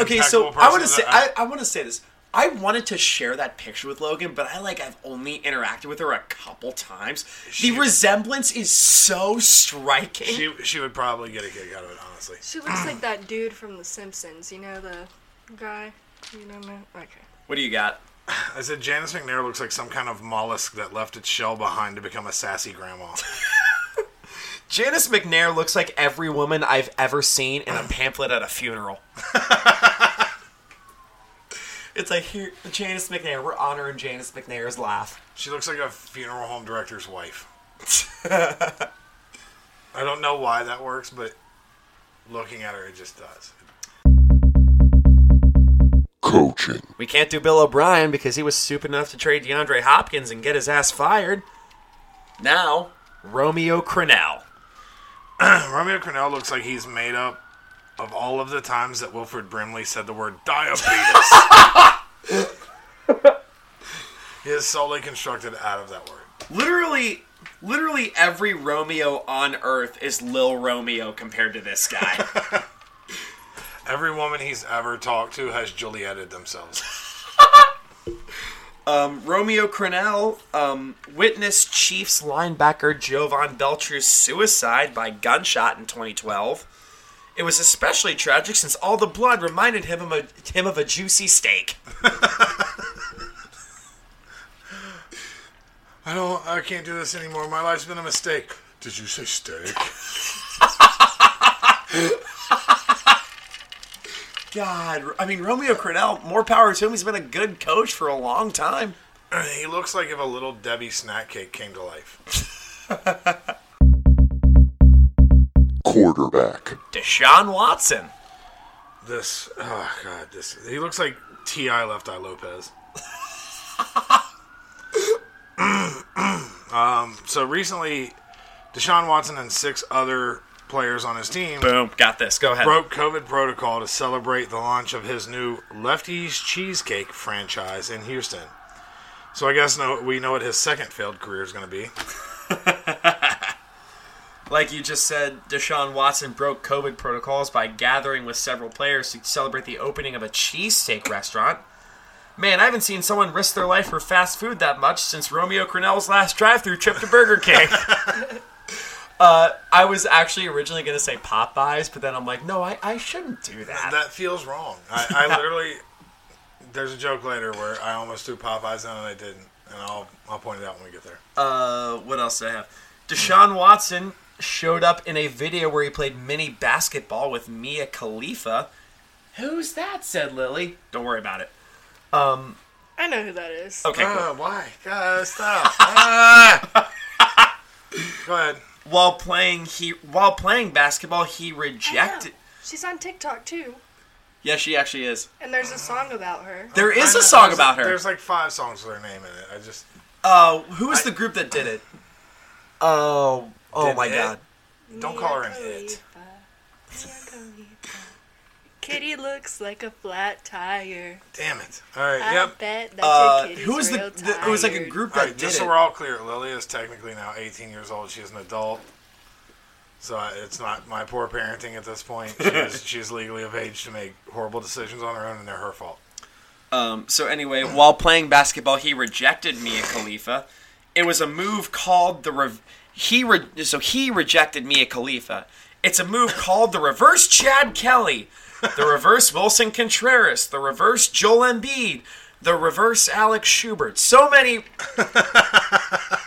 okay, so
impeccable
I want to
person.
say I, I want to say this. I wanted to share that picture with Logan, but I like I've only interacted with her a couple times. The resemblance is so striking.
she she would probably get a kick out of it, honestly.
She looks like that dude from The Simpsons. You know the guy. You know man. Okay.
What do you got?
I said Janice McNair looks like some kind of mollusk that left its shell behind to become a sassy grandma.
Janice McNair looks like every woman I've ever seen in a pamphlet at a funeral. it's like here, Janice McNair. We're honoring Janice McNair's laugh.
She looks like a funeral home director's wife. I don't know why that works, but looking at her, it just does.
Coaching.
We can't do Bill O'Brien because he was stupid enough to trade DeAndre Hopkins and get his ass fired. Now, Romeo Crennel.
Romeo Cornell looks like he's made up of all of the times that Wilfred Brimley said the word diabetes. he is solely constructed out of that word.
Literally, literally every Romeo on earth is Lil Romeo compared to this guy.
Every woman he's ever talked to has Julieted themselves.
Romeo Crennel um, witnessed Chiefs linebacker Jovan Belcher's suicide by gunshot in 2012. It was especially tragic since all the blood reminded him of a, him of a juicy steak.
I don't. I can't do this anymore. My life's been a mistake. Did you say steak?
God, I mean Romeo Crennel, more power to him. He's been a good coach for a long time.
he looks like if a little Debbie snack cake came to life.
Quarterback.
Deshaun Watson.
This. Oh God. This. He looks like Ti Left Eye Lopez. um. So recently, Deshaun Watson and six other players on his team
Boom, got this. Go ahead.
broke COVID protocol to celebrate the launch of his new Lefty's Cheesecake franchise in Houston. So I guess no, we know what his second failed career is going to be.
Like you just said, Deshaun Watson broke COVID protocols by gathering with several players to celebrate the opening of a cheesesteak restaurant. Man, I haven't seen someone risk their life for fast food that much since Romeo Cornell's last drive through trip to Burger King. uh, I was actually originally going to say Popeyes, but then I'm like, no, I, I shouldn't do that.
That feels wrong. I, I literally. There's a joke later where I almost threw Popeyes in and I didn't, and I'll I'll point it out when we get there.
Uh, what else did I have? Deshaun Watson showed up in a video where he played mini basketball with Mia Khalifa. Who's that? said Lily. Don't worry about it.
I know who that is.
Okay, cool.
Ah, why? God, stop. Ah! Go ahead.
While playing he while playing basketball, he rejected
She's on TikTok too,
Yeah, she actually is.
and there's a song about her.
There is
I know,
a song
there's-
about her.
There's like five songs with her name in it. I just
Uh, who was the group that did it? Oh, oh
Did
my
it?
god.
don't
Mia
call her an it.
Khalifa, Mia Khalifa. Kitty looks like a flat tire.
Damn it. All right.
I
yep.
bet that
Uh,
your kitty's
who was the,
real
the it was like a
tired.
group
All
that
right.
did
Just
it.
so we're all clear, Lily is technically now 18 years old. She's an adult. So I- it's not my poor parenting at this point. She's, she's legally of age to make horrible decisions on her own, and they're her fault.
Um, so anyway, while playing basketball, he rejected Mia Khalifa. It was a move called the rev- he re- so he rejected Mia Khalifa. It's a move called the reverse Chad Kelly, the reverse Wilson Contreras, the reverse Joel Embiid, the reverse Alex Schubert. So many
I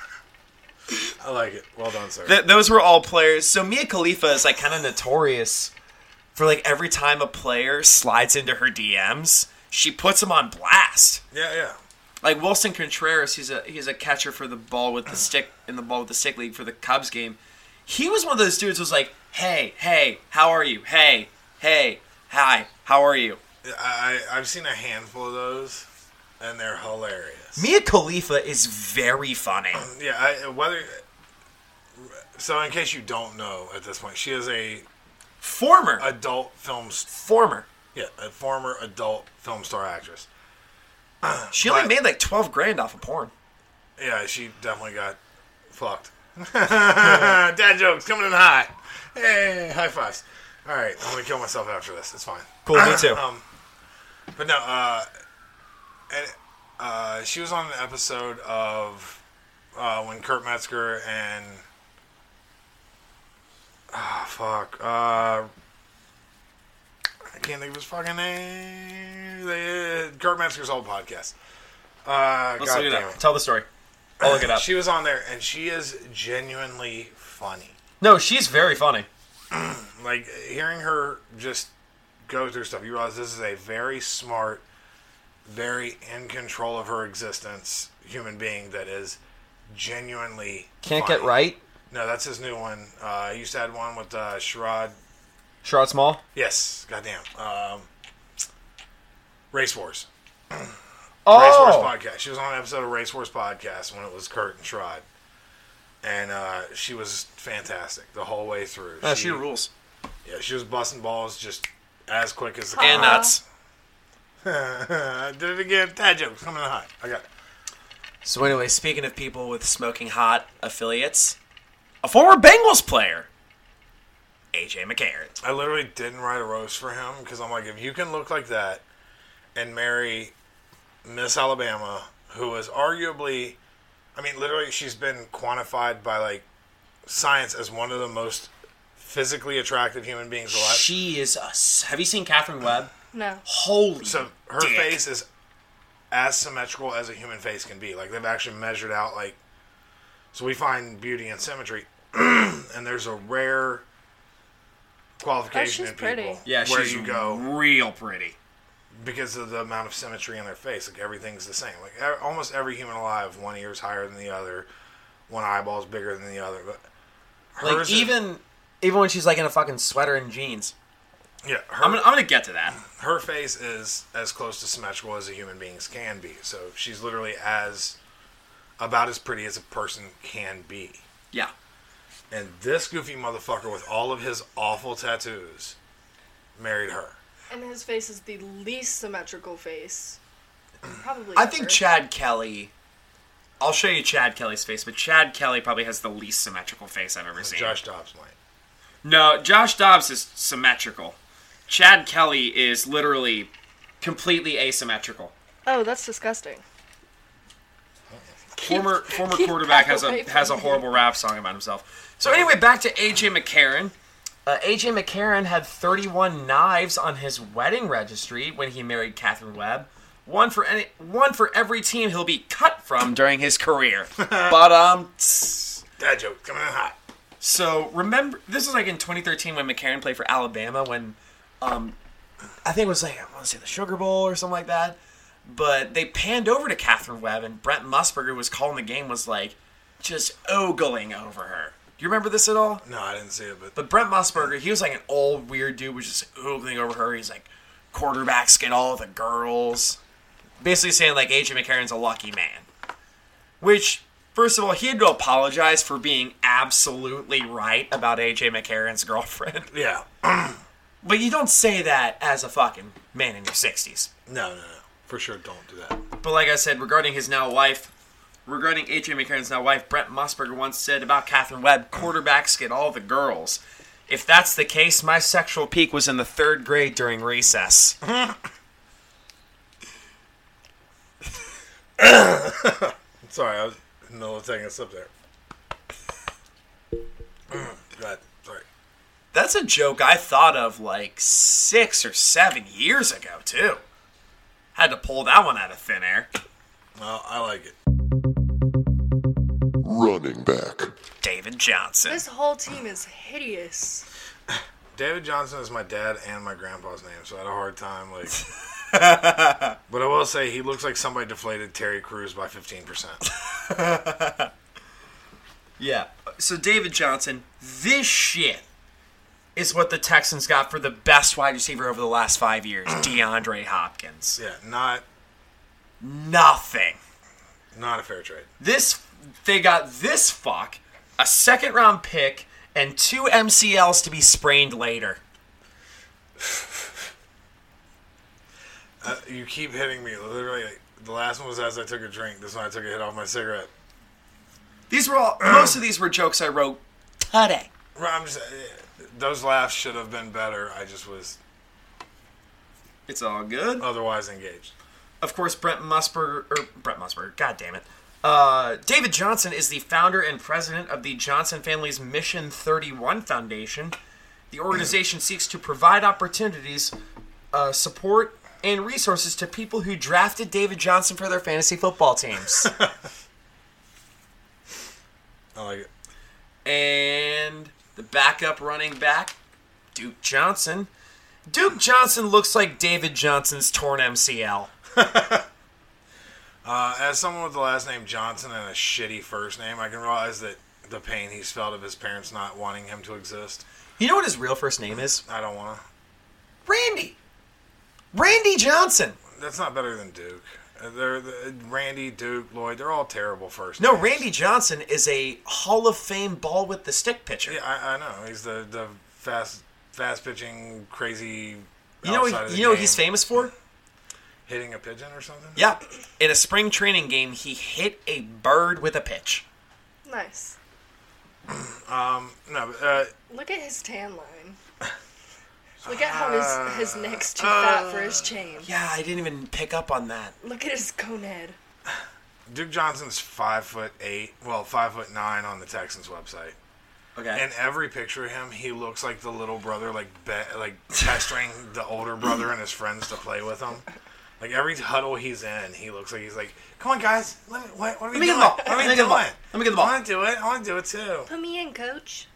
like it. Well done, sir.
Th- those were all players. So Mia Khalifa is like kind of notorious for like every time a player slides into her DMs, she puts him on blast.
yeah, yeah.
Like Wilson Contreras, he's a he's a catcher for the ball with the stick in the ball with the stick league for the Cubs game. He was one of those dudes who was like, "Hey, hey, how are you? Hey, hey, hi, how are you?"
I, I I've seen a handful of those, and they're hilarious.
Mia Khalifa is very funny.
Yeah, I, whether so, in case you don't know, at this point, she is a
former
adult film st-
former.
Yeah, a former adult film star actress.
She only made like twelve grand off of porn.
Yeah, she definitely got fucked. Dad jokes coming in hot. Hey, high fives. All right, I'm gonna kill myself after this. It's fine.
Cool, me too.
um, but no, uh, and uh, she was on an episode of uh, when Kurt Metzger and ah fuck, uh, I can't think of his fucking name. They, uh, Kurt Metzger's old podcast. Uh,
Let's
God
look it
damn
up.
it.
Tell the story. I'll look it up.
She was on there, and she is genuinely funny.
No, she's very funny.
Like hearing her just go through stuff, you realize this is a very smart, very in control of her existence human being that is genuinely
Can't
funny.
get right.
No, that's his new one. Uh, he used to have one with uh, Sherrod.
Sherrod Small.
Yes, goddamn. Um, Race Wars. Race Wars
Oh,
podcast. She was on an episode of Race Wars podcast when it was Kurt and Sherrod, and uh, she was fantastic the whole way through.
Uh, she rules
Yeah, she was busting balls just as quick as the
and
Uh,
nuts.
I did it again. Dad jokes coming in hot. I got it.
So anyway, speaking of people with smoking hot affiliates, a former Bengals player, AJ McCarron.
I literally didn't write a roast for him because I'm like, if you can look like that and marry Miss Alabama, who is arguably, I mean, literally, she's been quantified by like science as one of the most physically attractive human beings alive.
She is us. Have you seen Catherine Webb?
No.
Holy.
So her
dick.
face is as symmetrical as a human face can be. Like they've actually measured out like so we find beauty and symmetry. and there's a rare qualification
Oh, she's
in people
pretty.
Yeah,
where
she's
you go
real pretty.
because of the amount of symmetry in their face. Like everything's the same. Like e- almost every human alive, one ear's higher than the other, one eyeball's bigger than the other. But
like
hers is-
even even when she's like in a fucking sweater and jeans.
yeah, her,
I'm gonna, I'm gonna get to that.
her face is as close to symmetrical as a human being's can be. So she's literally as about as pretty as a person can be.
Yeah.
And this goofy motherfucker with all of his awful tattoos married her.
And his face is the least symmetrical face. Probably.
I think
ever.
Chad Kelly. I'll show you Chad Kelly's face, but Chad Kelly probably has the least symmetrical face I've ever seen.
Josh Dobbs might.
No, Josh Dobbs is symmetrical. Chad Kelly is literally completely asymmetrical.
Oh, that's disgusting.
former former
keep
quarterback
that
has
away
a
from
has a
me.
horrible rap song about himself. So anyway, back to AJ McCarron. Uh, AJ McCarron had 31 knives on his wedding registry when he married Catherine Webb. One for any one for every team he'll be cut from during his career. but um tss.
Dad joke coming in hot.
so remember this is like in 2013 when McCarron played for Alabama when um I think it was like I want to say the Sugar Bowl or something like that. But they panned over to Catherine Webb, and Brent Musburger who was calling the game. Was like just ogling over her. Do you remember this at all?
No, I didn't see it, but,
But Brent Musburger, he was like an old weird dude, was just ogling over her. He's like, quarterbacks get all the girls, basically saying like AJ McCarron's a lucky man. Which, first of all, he had to apologize for being absolutely right about AJ McCarron's girlfriend.
yeah.
But you don't say that as a fucking man in your sixties.
No, no, no. For sure, don't do that.
But like I said, regarding his now wife, regarding Adrian McCarron's now wife, Brent Musburger once said about Catherine Webb, quarterbacks get all the girls. If that's the case, my sexual peak was in the third grade during recess.
Sorry, I was in the middle of taking a sip there. Mm, God, sorry.
That's a joke I thought of like six or seven years ago, too. Had to pull that one out of thin air.
Well, I like it.
Running back.
David Johnson.
This whole team is hideous.
David Johnson is my dad and my grandpa's name, so I had a hard time like But I will say he looks like somebody deflated Terry Crews by fifteen percent.
Yeah. So David Johnson, this shit is what the Texans got for the best wide receiver over the last five years, DeAndre Hopkins.
Yeah, not
nothing.
Not a fair trade.
This they got this fuck, a second round pick, and two MCLs to be sprained later.
Uh, you keep hitting me. Literally, like, the last one was as I took a drink. This one I took a hit off my cigarette.
These were all most of these were jokes I wrote today.
Well, I'm just, eh, those laughs should have been better. I just was
It's all good.
otherwise engaged.
Of course, Brent Musburger, or Brent Musburger, god damn it. Uh, David Johnson is the founder and president of the Johnson family's Mission 31 Foundation. The organization seeks to provide opportunities, uh, support, and resources to people who drafted David Johnson for their fantasy football teams.
I like it.
and the backup running back, Duke Johnson. Duke Johnson looks like David Johnson's torn MCL.
Uh, as someone with the last name Johnson and a shitty first name, I can realize that the pain he's felt of his parents not wanting him to exist.
You know what his real first name is?
I don't want to.
Randy. Randy Johnson.
That's not better than Duke. Uh, They're the, Randy, Duke, Lloyd. They're all terrible first.
No,
names.
Randy Johnson is a Hall of Fame ball with the stick pitcher.
Yeah, I, I know. He's the the fast fast pitching crazy.
you know,
outside of
what,
the
you know what
game,
he's famous for?
Hitting a pigeon or something.
Yeah. In a spring training game, he hit a bird with a pitch.
Nice.
Um. No. but, Uh,
Look at his tan line. Look at how
Uh,
his, his neck's too fat for his chain.
Yeah, I didn't even pick up on that.
Look at his conad.
Duke Johnson's five foot eight. Well, five foot nine on the Texans website.
Okay.
In every picture of him, he looks like the little brother, like be- like pestering the older brother and his friends to play with him. Like every huddle he's in, he looks like he's like, "Come on, guys, let me, what, what are we
me get
doing?
the ball.
What are we
Let me get
doing?
the ball. Let me get the ball."
I want to do it. I want to do it too."
Put me in, coach.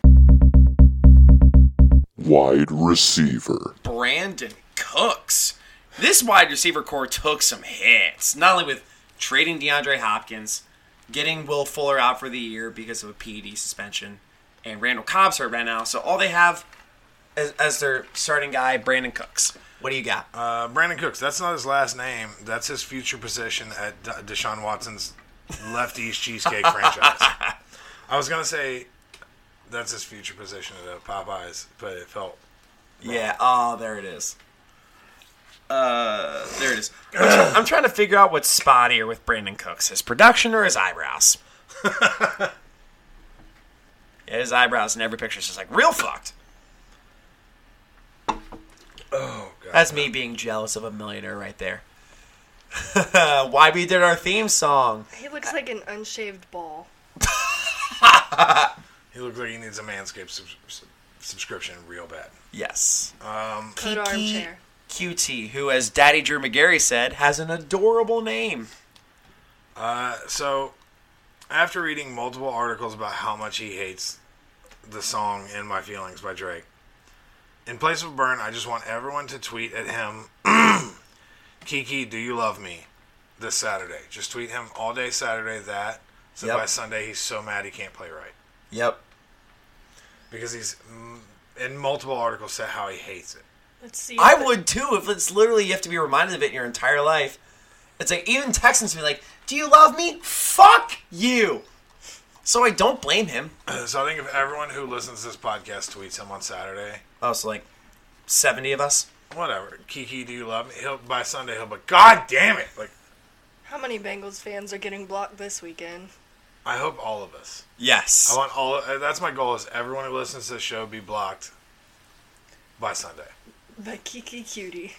Wide receiver.
Brandon Cooks. This wide receiver core took some hits, not only with trading DeAndre Hopkins, getting Will Fuller out for the year because of a PED suspension, and Randall Cobb's hurt right now. So all they have as, as their starting guy, Brandon Cooks. What do you got?
Uh, Brandon Cooks. That's not his last name. That's his future position at D- Deshaun Watson's Left East Cheesecake franchise. I was gonna say that's his future position at Popeyes, but it felt
yeah. Oh, there it is. Uh, there it is. I'm try- I'm trying to figure out what's spottier with Brandon Cooks, his production or his eyebrows. Yeah, his eyebrows in every picture is just like real fucked.
oh god.
That's me being jealous of a millionaire right there. Why we did our theme song.
He looks like an unshaved ball.
He looks like he needs a Manscaped sub- sub- subscription real bad.
Yes.
Um,
Good armchair.
QT, who, as Daddy Drew McGarry said, has an adorable name.
So, after reading multiple articles about how much he hates the song In My Feelings by Drake, in place of Burn, I just want everyone to tweet at him, Kiki, do you love me? This Saturday. Just tweet him all day Saturday that. So
Yep.
by Sunday, he's so mad he can't play right.
Yep.
Because he's mm, in multiple articles said how he hates it.
Let's see.
I
if-
would too if it's literally you have to be reminded of it your entire life. It's like even Texans be like, "Do you love me? Fuck you." So I don't blame him.
So I think if everyone who listens to this podcast tweets him on Saturday,
Oh, so like seventy of us.
whatever. Kiki, do you love me? He'll by Sunday he'll be God damn it! Like
How many Bengals fans are getting blocked this weekend?
I hope all of us.
Yes.
I want all. uh, That's my goal: is everyone who listens to the show be blocked by Sunday.
But Kiki Cutie.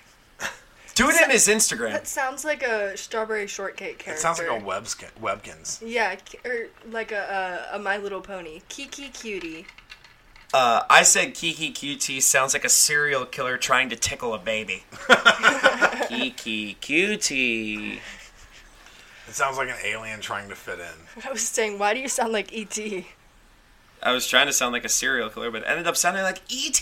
Do it in his Instagram.
That sounds like a strawberry shortcake
It
character.
sounds like a Webskin, Webkins.
Yeah, k- or like a, a, a My Little Pony. Kiki Cutie.
Uh, I said Kiki QT sounds like a serial killer trying to tickle a baby. Kiki QT.
It sounds like an alien trying to fit in.
I was saying, why do you sound like E E.T.?
E I was trying to sound like a serial killer, but it ended up sounding like ET.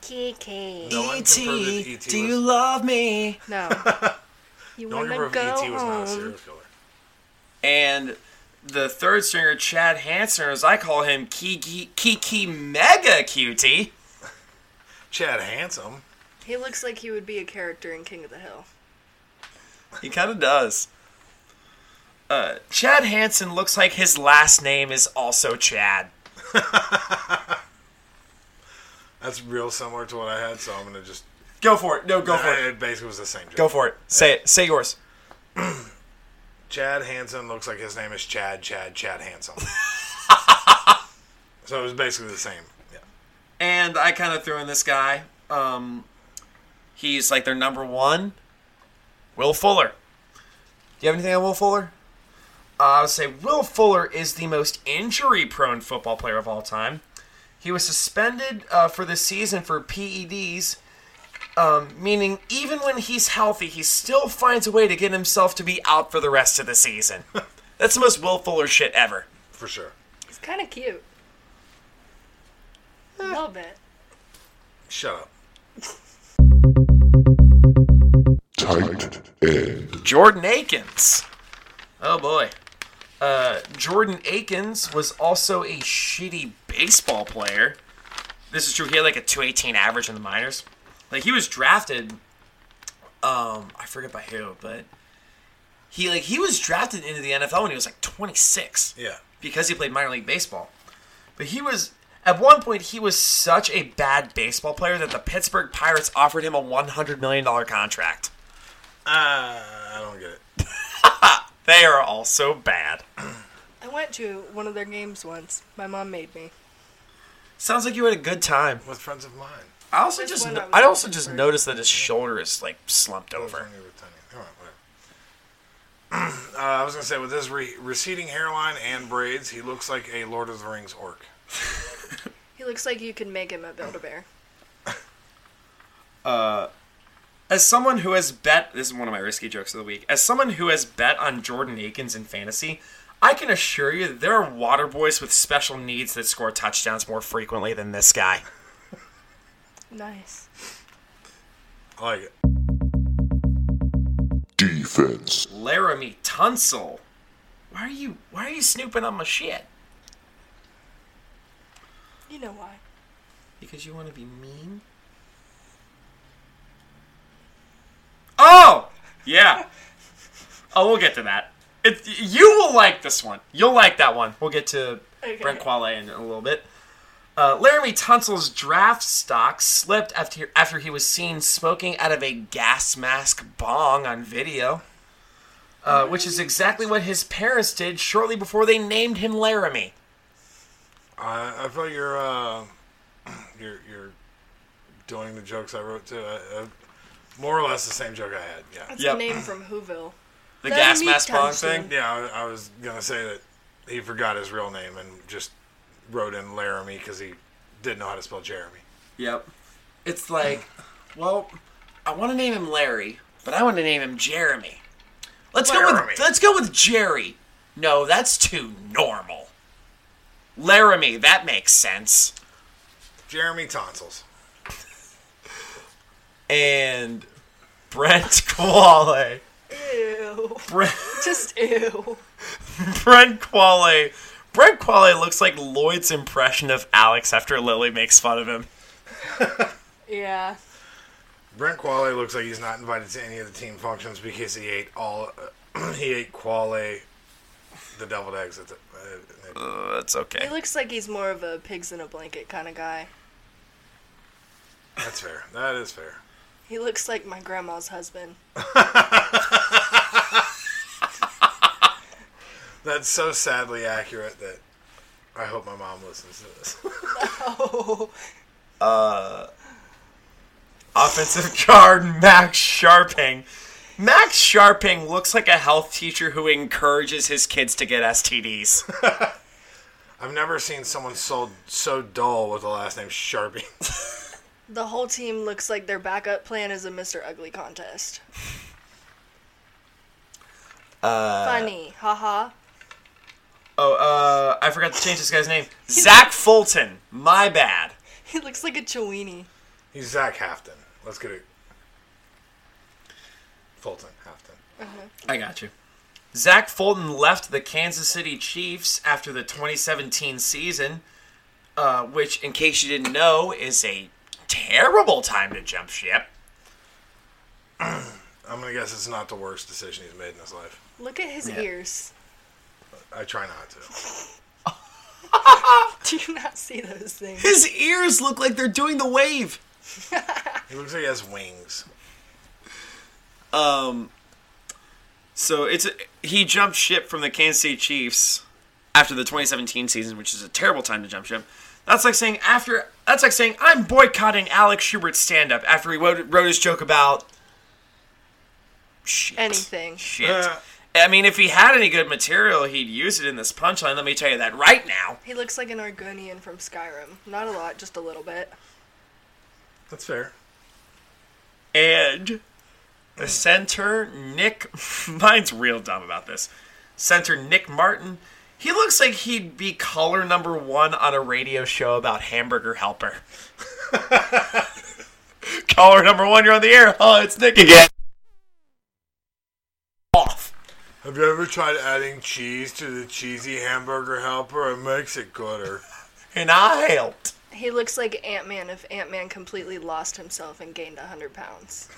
Kiki.
No one confirmed that E.T.
E do you
was-
love me?
No. You
No one
wanna
confirmed that
go
E.T. E was not a serial
home.
killer.
And the third stringer, Chad Hansen, or as I call him, Kiki, Kiki Mega Cutie.
Chad Handsome?
He looks like he would be a character in King of the Hill.
He kind of does. Uh, Chad Hansen looks like his last name is also Chad.
That's real similar to what I had, so I'm gonna just
Go for it. No, go for it.
It basically was the same. Joke.
Go for it. Say it. Say yours.
Chad Hansen looks like his name is Chad. Chad. Chad Hansen. so it was basically the same. Yeah.
And I kind of threw in this guy. Um, he's like their number one. Will Fuller. Do you have anything on Will Fuller? Uh, I would say Will Fuller is the most injury prone football player of all time. He was suspended uh, for the season for PEDs, um, meaning even when he's healthy, he still finds a way to get himself to be out for the rest of the season. That's the most Will Fuller shit ever.
For sure.
He's kind of cute. A little bit.
Shut up.
Tight end.
Jordan Akins. Oh boy. Uh, Jordan Akins was also a shitty baseball player. This is true. He had like a 218 average in the minors. Like he was drafted um I forget by who, but he like he was drafted into the NFL when he was like 26
Yeah.
because he played minor league baseball. But he was at one point he was such a bad baseball player that the Pittsburgh Pirates offered him a 100 million dollar contract.
Uh, I don't get it.
They are also bad.
I went to one of their games once. My mom made me.
Sounds like you had a good time.
With friends of mine.
I also
That's
just
when I was
I
in
also just
Pittsburgh.
noticed that his shoulder is like slumped over.
Friendly with Tony. All right, whatever. Uh, I was gonna say with his re- receding hairline and braids, he looks like a Lord of the Rings orc.
He looks like you can make him a Build-A-Bear.
As someone who has bet this is one of my risky jokes of the week. As someone who has bet on Jordan Akins in fantasy, I can assure you that there are water boys with special needs that score touchdowns more frequently than this guy.
Nice.
I like it.
Defense.
Laramie Tunsil. Why are you why are you snooping on my shit?
You know why.
Because you want to be mean? Oh! Yeah. oh, we'll get to that. It, you will like this one. You'll like that one. We'll get to
Okay.
Brent Quale in a little bit. Uh, Laramie Tunsil's draft stock slipped after after he was seen smoking out of a gas mask bong on video, uh,
Mm-hmm.
which is exactly what his parents did shortly before they named him Laramie.
I, I feel you're uh, you're you're doing the jokes I wrote too. Uh, uh, more or less the same joke I had. Yeah.
That's
Yep.
a name from Whoville.
The
Laramie
gas mask bong
Tunsil.
thing.
Yeah, I, I was gonna say that he forgot his real name and just wrote in Laramie because he didn't know how to spell Jeremy.
Yep. It's like, well, I want to name him Larry, but I want to name him Jeremy. Let's go
Laramie.
with let's go with Jerry. No, that's too normal. Laramie, that makes sense.
Jeremy tonsils.
And Brent Quale.
Ew.
Brent,
Just ew.
Brent Quale. Brent Quale looks like Lloyd's impression of Alex after Lily makes fun of him.
Yeah.
Brent Quale looks like he's not invited to any of the team functions because he ate all. he ate Quale, the deviled eggs. At the, uh,
Uh, that's okay.
He looks like he's more of a pigs in a blanket kind of guy.
that's fair. That is fair.
He looks like my grandma's husband.
That's so sadly accurate that I hope my mom listens to this.
Oh.
offensive guard Max Sharping. Max Sharping looks like a health teacher who encourages his kids to get STDs.
I've never seen someone so so dull with the last name Sharpie.
The whole team looks like their backup plan is a Mr. Ugly contest. Uh, Funny, haha.
Oh, uh, I forgot to change this guy's name. Zach Fulton. My bad.
He looks like a Chewini.
He's Zach Halfton. Let's get it. Fulton Halfton.
I got you. Zach Fulton left the Kansas City Chiefs after the 2017 season, uh, which, in case you didn't know, is a terrible time to jump ship.
I'm gonna guess it's not the worst decision he's made in his life.
Look at his
Yeah.
ears.
I try not to.
Do you not see those things?
His ears look like they're doing the wave.
He looks like he has wings.
Um, so it's he jumped ship from the Kansas City Chiefs after the 2017 season, which is a terrible time to jump ship. That's like saying after that's like saying I'm boycotting Alex Schubert's stand up after he wrote, wrote his joke about shit.
Anything.
Shit. I mean, if he had any good material, he'd use it in this punchline. Let me tell you that right now.
He looks like an Argonian from Skyrim. Not a lot, just a little bit.
That's fair.
And the center, Nick, mine's real dumb about this. Center, Nick Martin, he looks like he'd be caller number one on a radio show about Hamburger Helper. caller number one, you're on the air. Oh, it's Nick again. Off.
Have you ever tried adding cheese to the cheesy hamburger helper? It makes it gooder.
And I helped.
He looks like Ant Man if Ant Man completely lost himself and gained 100 pounds.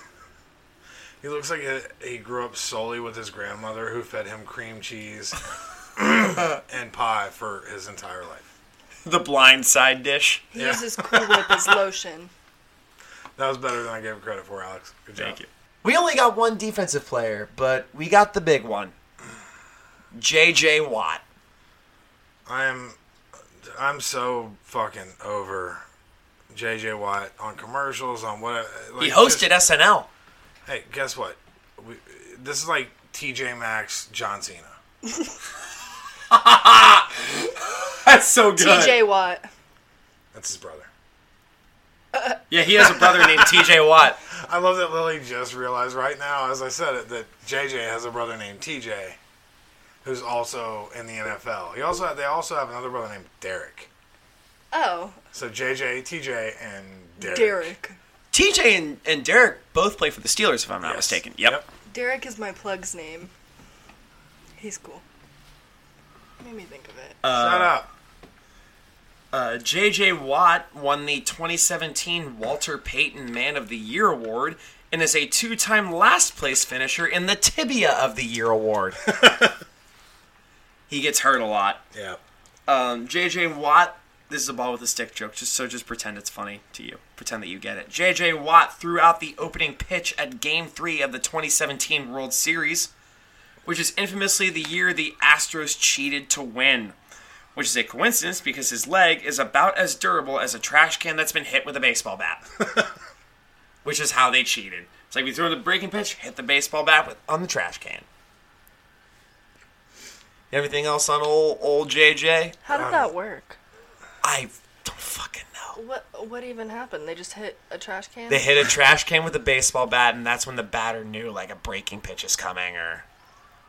He looks like he- he grew up solely with his grandmother, who fed him cream cheese and pie for his entire life.
The blind side dish.
He uses Cool Whip as lotion.
That was better than I gave him credit for, Alex. Good job.
Thank you. We only got one defensive player, but we got the big one. JJ Watt.
I'm I'm so fucking over JJ Watt on commercials on what like,
He hosted
just-
SNL.
Hey, guess what? We, this is like TJ Maxx, John Cena.
That's so
TJ Watt.
That's his brother.
Yeah, he has a brother named TJ Watt.
I love that Lily just realized right now, as I said it, that JJ has a brother named TJ, who's also in the NFL. He also they also have another brother named Derek.
Oh,
So JJ, TJ, and Derek.
Derek.
TJ and, and Derek both play for the Steelers, if I'm not mistaken. Yep.
Derek is my plug's name. He's cool. Made me think of it.
Shut up.
Uh, JJ Watt won the 2017 Walter Payton Man of the Year Award and is a two time last place finisher in the Tibia of the Year Award. he gets hurt a lot.
Yeah.
Um, JJ Watt, this is a ball with a stick joke, just so just pretend it's funny to you. Pretend that you get it. JJ Watt threw out the opening pitch at game three of the 2017 World Series, which is infamously the year the Astros cheated to win. Which is a coincidence because his leg is about as durable as a trash can that's been hit with a baseball bat. which is how they cheated. It's like we throw the breaking pitch, hit the baseball bat with, on the trash can. Everything else on old old JJ?
How did that work?
I don't fucking know.
What What even happened? They just hit a trash can.
They hit a trash can with a baseball bat, and that's when the batter knew like a breaking pitch is coming. Or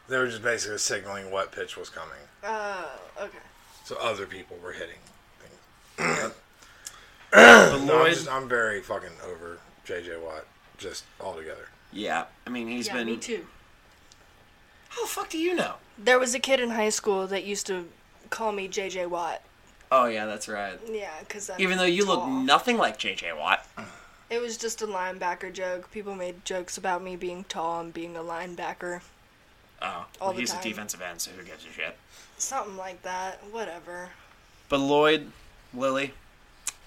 They were just basically signaling what pitch was coming.
Oh, okay.
So other people were hitting. things.
but
No, I'm,
Lloyd,
just, I'm very fucking over JJ Watt just altogether.
yeah, I mean he's
Yeah,
been.
me too.
How the fuck do you know?
There was a kid in high school that used to call me JJ Watt.
Oh yeah, that's right.
Yeah, because
Even though you
tall.
look nothing like JJ Watt,
It was just a linebacker joke. People made jokes about me being tall and being a linebacker.
oh,
All the
he's a
time.
defensive end, so who gives a shit?
Something like that. Whatever.
But Lloyd, Lily,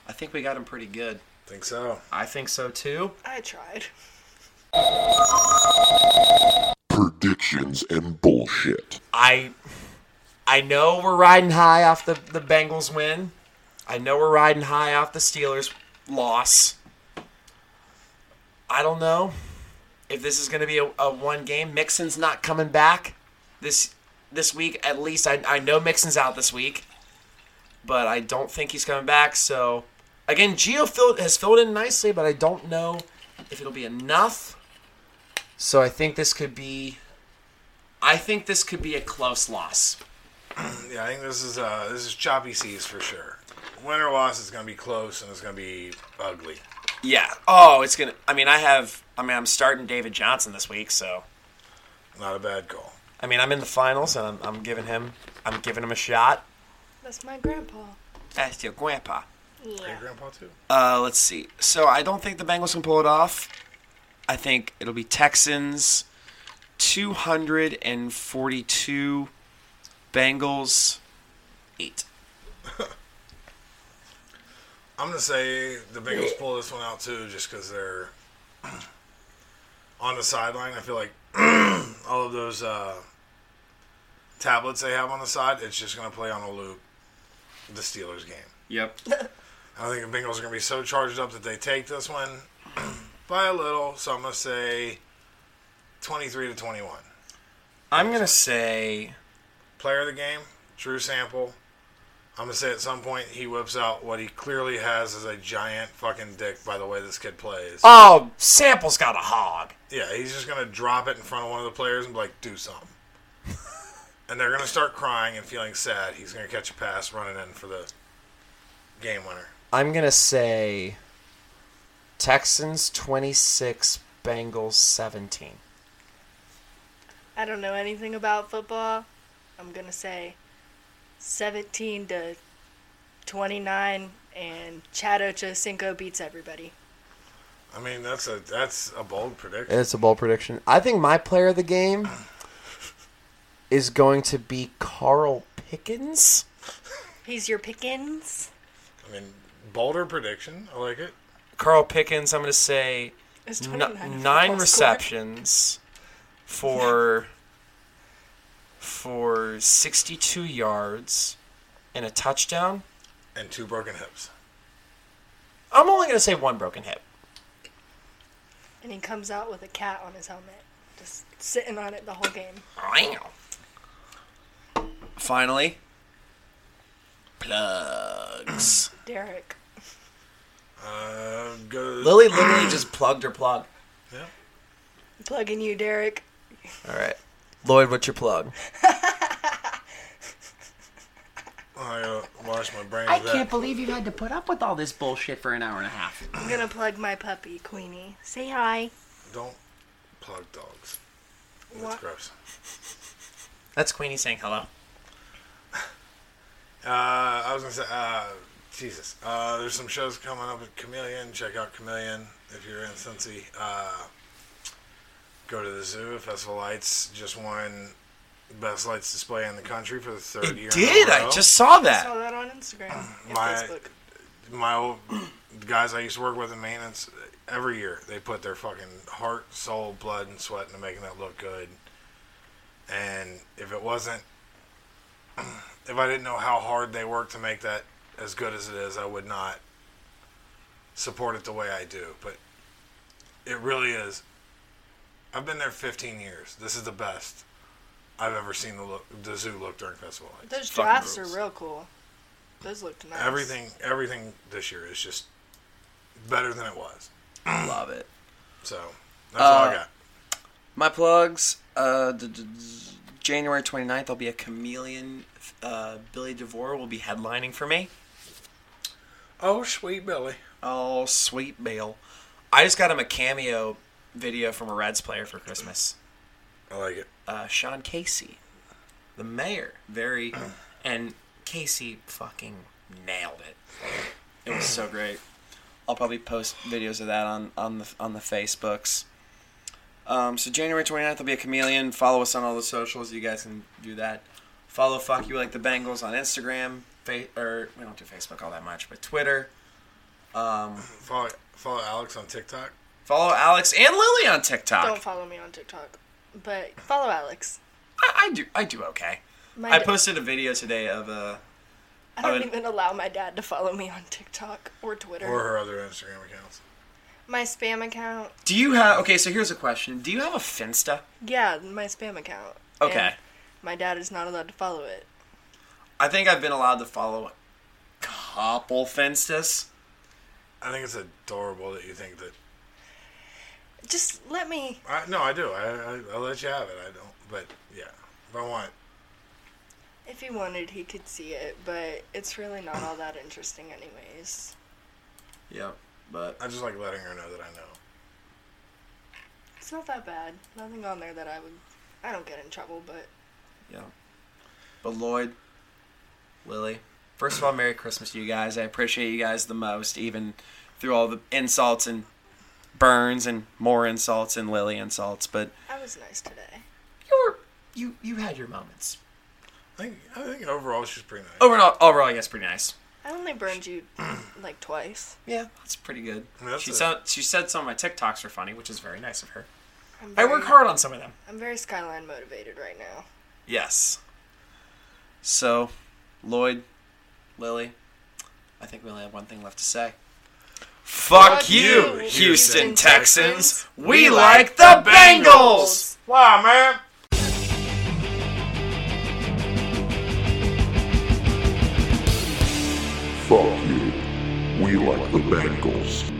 I think we got him pretty good.
Think so.
I think so too.
I tried.
Predictions and bullshit.
I I know we're riding high off the, the Bengals win. I know we're riding high off the Steelers loss. I don't know if this is going to be a, a one game. Mixon's not coming back this this week. At least I, I know Mixon's out this week, but I don't think he's coming back. So again, Geo filled, has filled in nicely, but I don't know if it'll be enough. So I think this could be I think this could be a close loss.
Yeah, I think this is uh this is choppy seas for sure. Win or loss is gonna be close and it's gonna be ugly.
Yeah. Oh, it's gonna. I mean, I have. I mean, I'm starting David Johnson this week, so.
Not a bad call.
I mean, I'm in the finals, and I'm, I'm giving him. I'm giving him a shot.
That's my grandpa.
That's your grandpa.
Yeah.
grandpa too.
Uh, let's see. So I don't think the Bengals can pull it off. I think it'll be Texans, two hundred and forty-two. Bengals, eight.
I'm gonna say the Bengals pull this one out too, just because they're on the sideline. I feel like all of those uh, tablets they have on the side, it's just gonna play on a loop. The Steelers game.
Yep.
I think the Bengals are gonna be so charged up that they take this one by a little. So I'm gonna say 23 to 21.
I'm gonna say
Player of the game, true sample. I'm gonna say at some point he whips out what he clearly has as a giant fucking dick. By the way, this kid plays.
Oh, Sample's got a hog.
Yeah, he's just gonna drop it in front of one of the players and be like, "Do something," and they're gonna start crying and feeling sad. He's gonna catch a pass running in for the game winner.
I'm gonna say Texans twenty six, Bengals seventeen.
I don't know anything about football. I'm gonna say 17 to 29, and Chad Ochocinco beats everybody.
I mean, that's a that's a bold prediction.
It's a bold prediction. I think my player of the game is going to be Carl Pickens.
He's your pickins.
I mean, bolder prediction. I like it.
Carl Pickens. I'm gonna say
It's
n-
29 if
nine
football score.
receptions for for 62 yards and a touchdown.
And two broken hips.
I'm only gonna say one broken hip.
And he comes out with a cat on his helmet, just sitting on it the whole game.
Finally, plugs.
Derek.
Uh, go.
Lily literally just plugged her plug.
Yeah.
Plugging you, Derek.
All right, Lloyd, what's your plug?
I gotta wash my brain.
I
with that.
can't believe you had to put up with all this bullshit for an hour and a half.
I'm gonna plug my puppy, Queenie. Say hi.
Don't plug dogs. That's
What?
gross.
That's Queenie saying hello.
Uh, I was gonna say, uh, Jesus. Uh, there's some shows coming up at Chameleon. Check out Chameleon if you're in Cincy. Uh, go to the zoo. Festival Lights just won best lights display in the country for the third year. in a
Did I
row.
just saw
I
that?
saw that on Instagram and
My-
Facebook.
my old the guys I used to work with in maintenance? Every year they put their fucking heart, soul, blood, and sweat into making that look good. And if it wasn't, if I didn't know how hard they worked to make that as good as it is, I would not support it the way I do. But it really is. I've been there 15 years. This is the best I've ever seen the, look, the zoo look during festival lights.
Those
fucking
giraffes are
rules.
real cool. Those looked nice.
Everything, everything this year is just better than it was.
Love it.
So that's all I
Uh,
got.
My plugs. Uh, d- d- d- January 29th, I'll be a chameleon. Uh, Billy DeVore will be headlining for me.
Oh, sweet Billy.
Oh, sweet Bill. I just got him a cameo video from a Reds player for Christmas.
I like it.
Uh, Sean Casey, the mayor. Very. And Casey fucking nailed it. It was so great. I'll probably post videos of that on, on the on the Facebooks. Um, so January 29th will be a chameleon. Follow us on all the socials. You guys can do that. Follow Fuck You Like the Bengals on Instagram. Fa- or we don't do Facebook all that much, but Twitter.
Follow follow Alex on TikTok.
Follow Alex and Lily on TikTok.
Don't follow me on TikTok, but follow Alex.
I, I do. I do okay.
My
I
da-
posted a video today of uh,
I don't
an-
even allow my dad to follow me on TikTok or Twitter.
Or her other Instagram accounts.
my spam account.
Do you have? Okay, so here's a question. Do you have a Finsta?
Yeah, my spam account.
Okay.
And my dad is not allowed to follow it.
I think I've been allowed to follow a couple Finstas.
I think it's adorable that you think that.
Just let me.
I, no, I do. I, I I'll let you have it. I don't. But yeah, if I want,
If he wanted, he could see it, but it's really not all that interesting, anyways.
Yeah. But
I just like letting her know that I know.
It's not that bad. Nothing on there that I would. I don't get in trouble, but
Yeah. But Lloyd, Lily, first of all, Merry Christmas to you guys. I appreciate you guys the most, even through all the insults and burns and more insults and Lily insults. But
I was nice today.
you you had your moments.
I think I think overall she's pretty nice.
Overall, overall, yes, pretty nice.
I only burned you like twice.
Yeah, that's pretty good.
that's
she
a-
said she said some of my TikToks were funny, which is very nice of her.
I'm
I
very,
work hard on some of them.
I'm very skyline motivated right now.
Yes. So, Lloyd, Lily, I think we only have one thing left to say. Fuck,
Fuck
you,
you,
Houston,
Houston
Texans.
Texans.
We like the Bengals.
Wow, man.
Fuck you. We like the Bengals.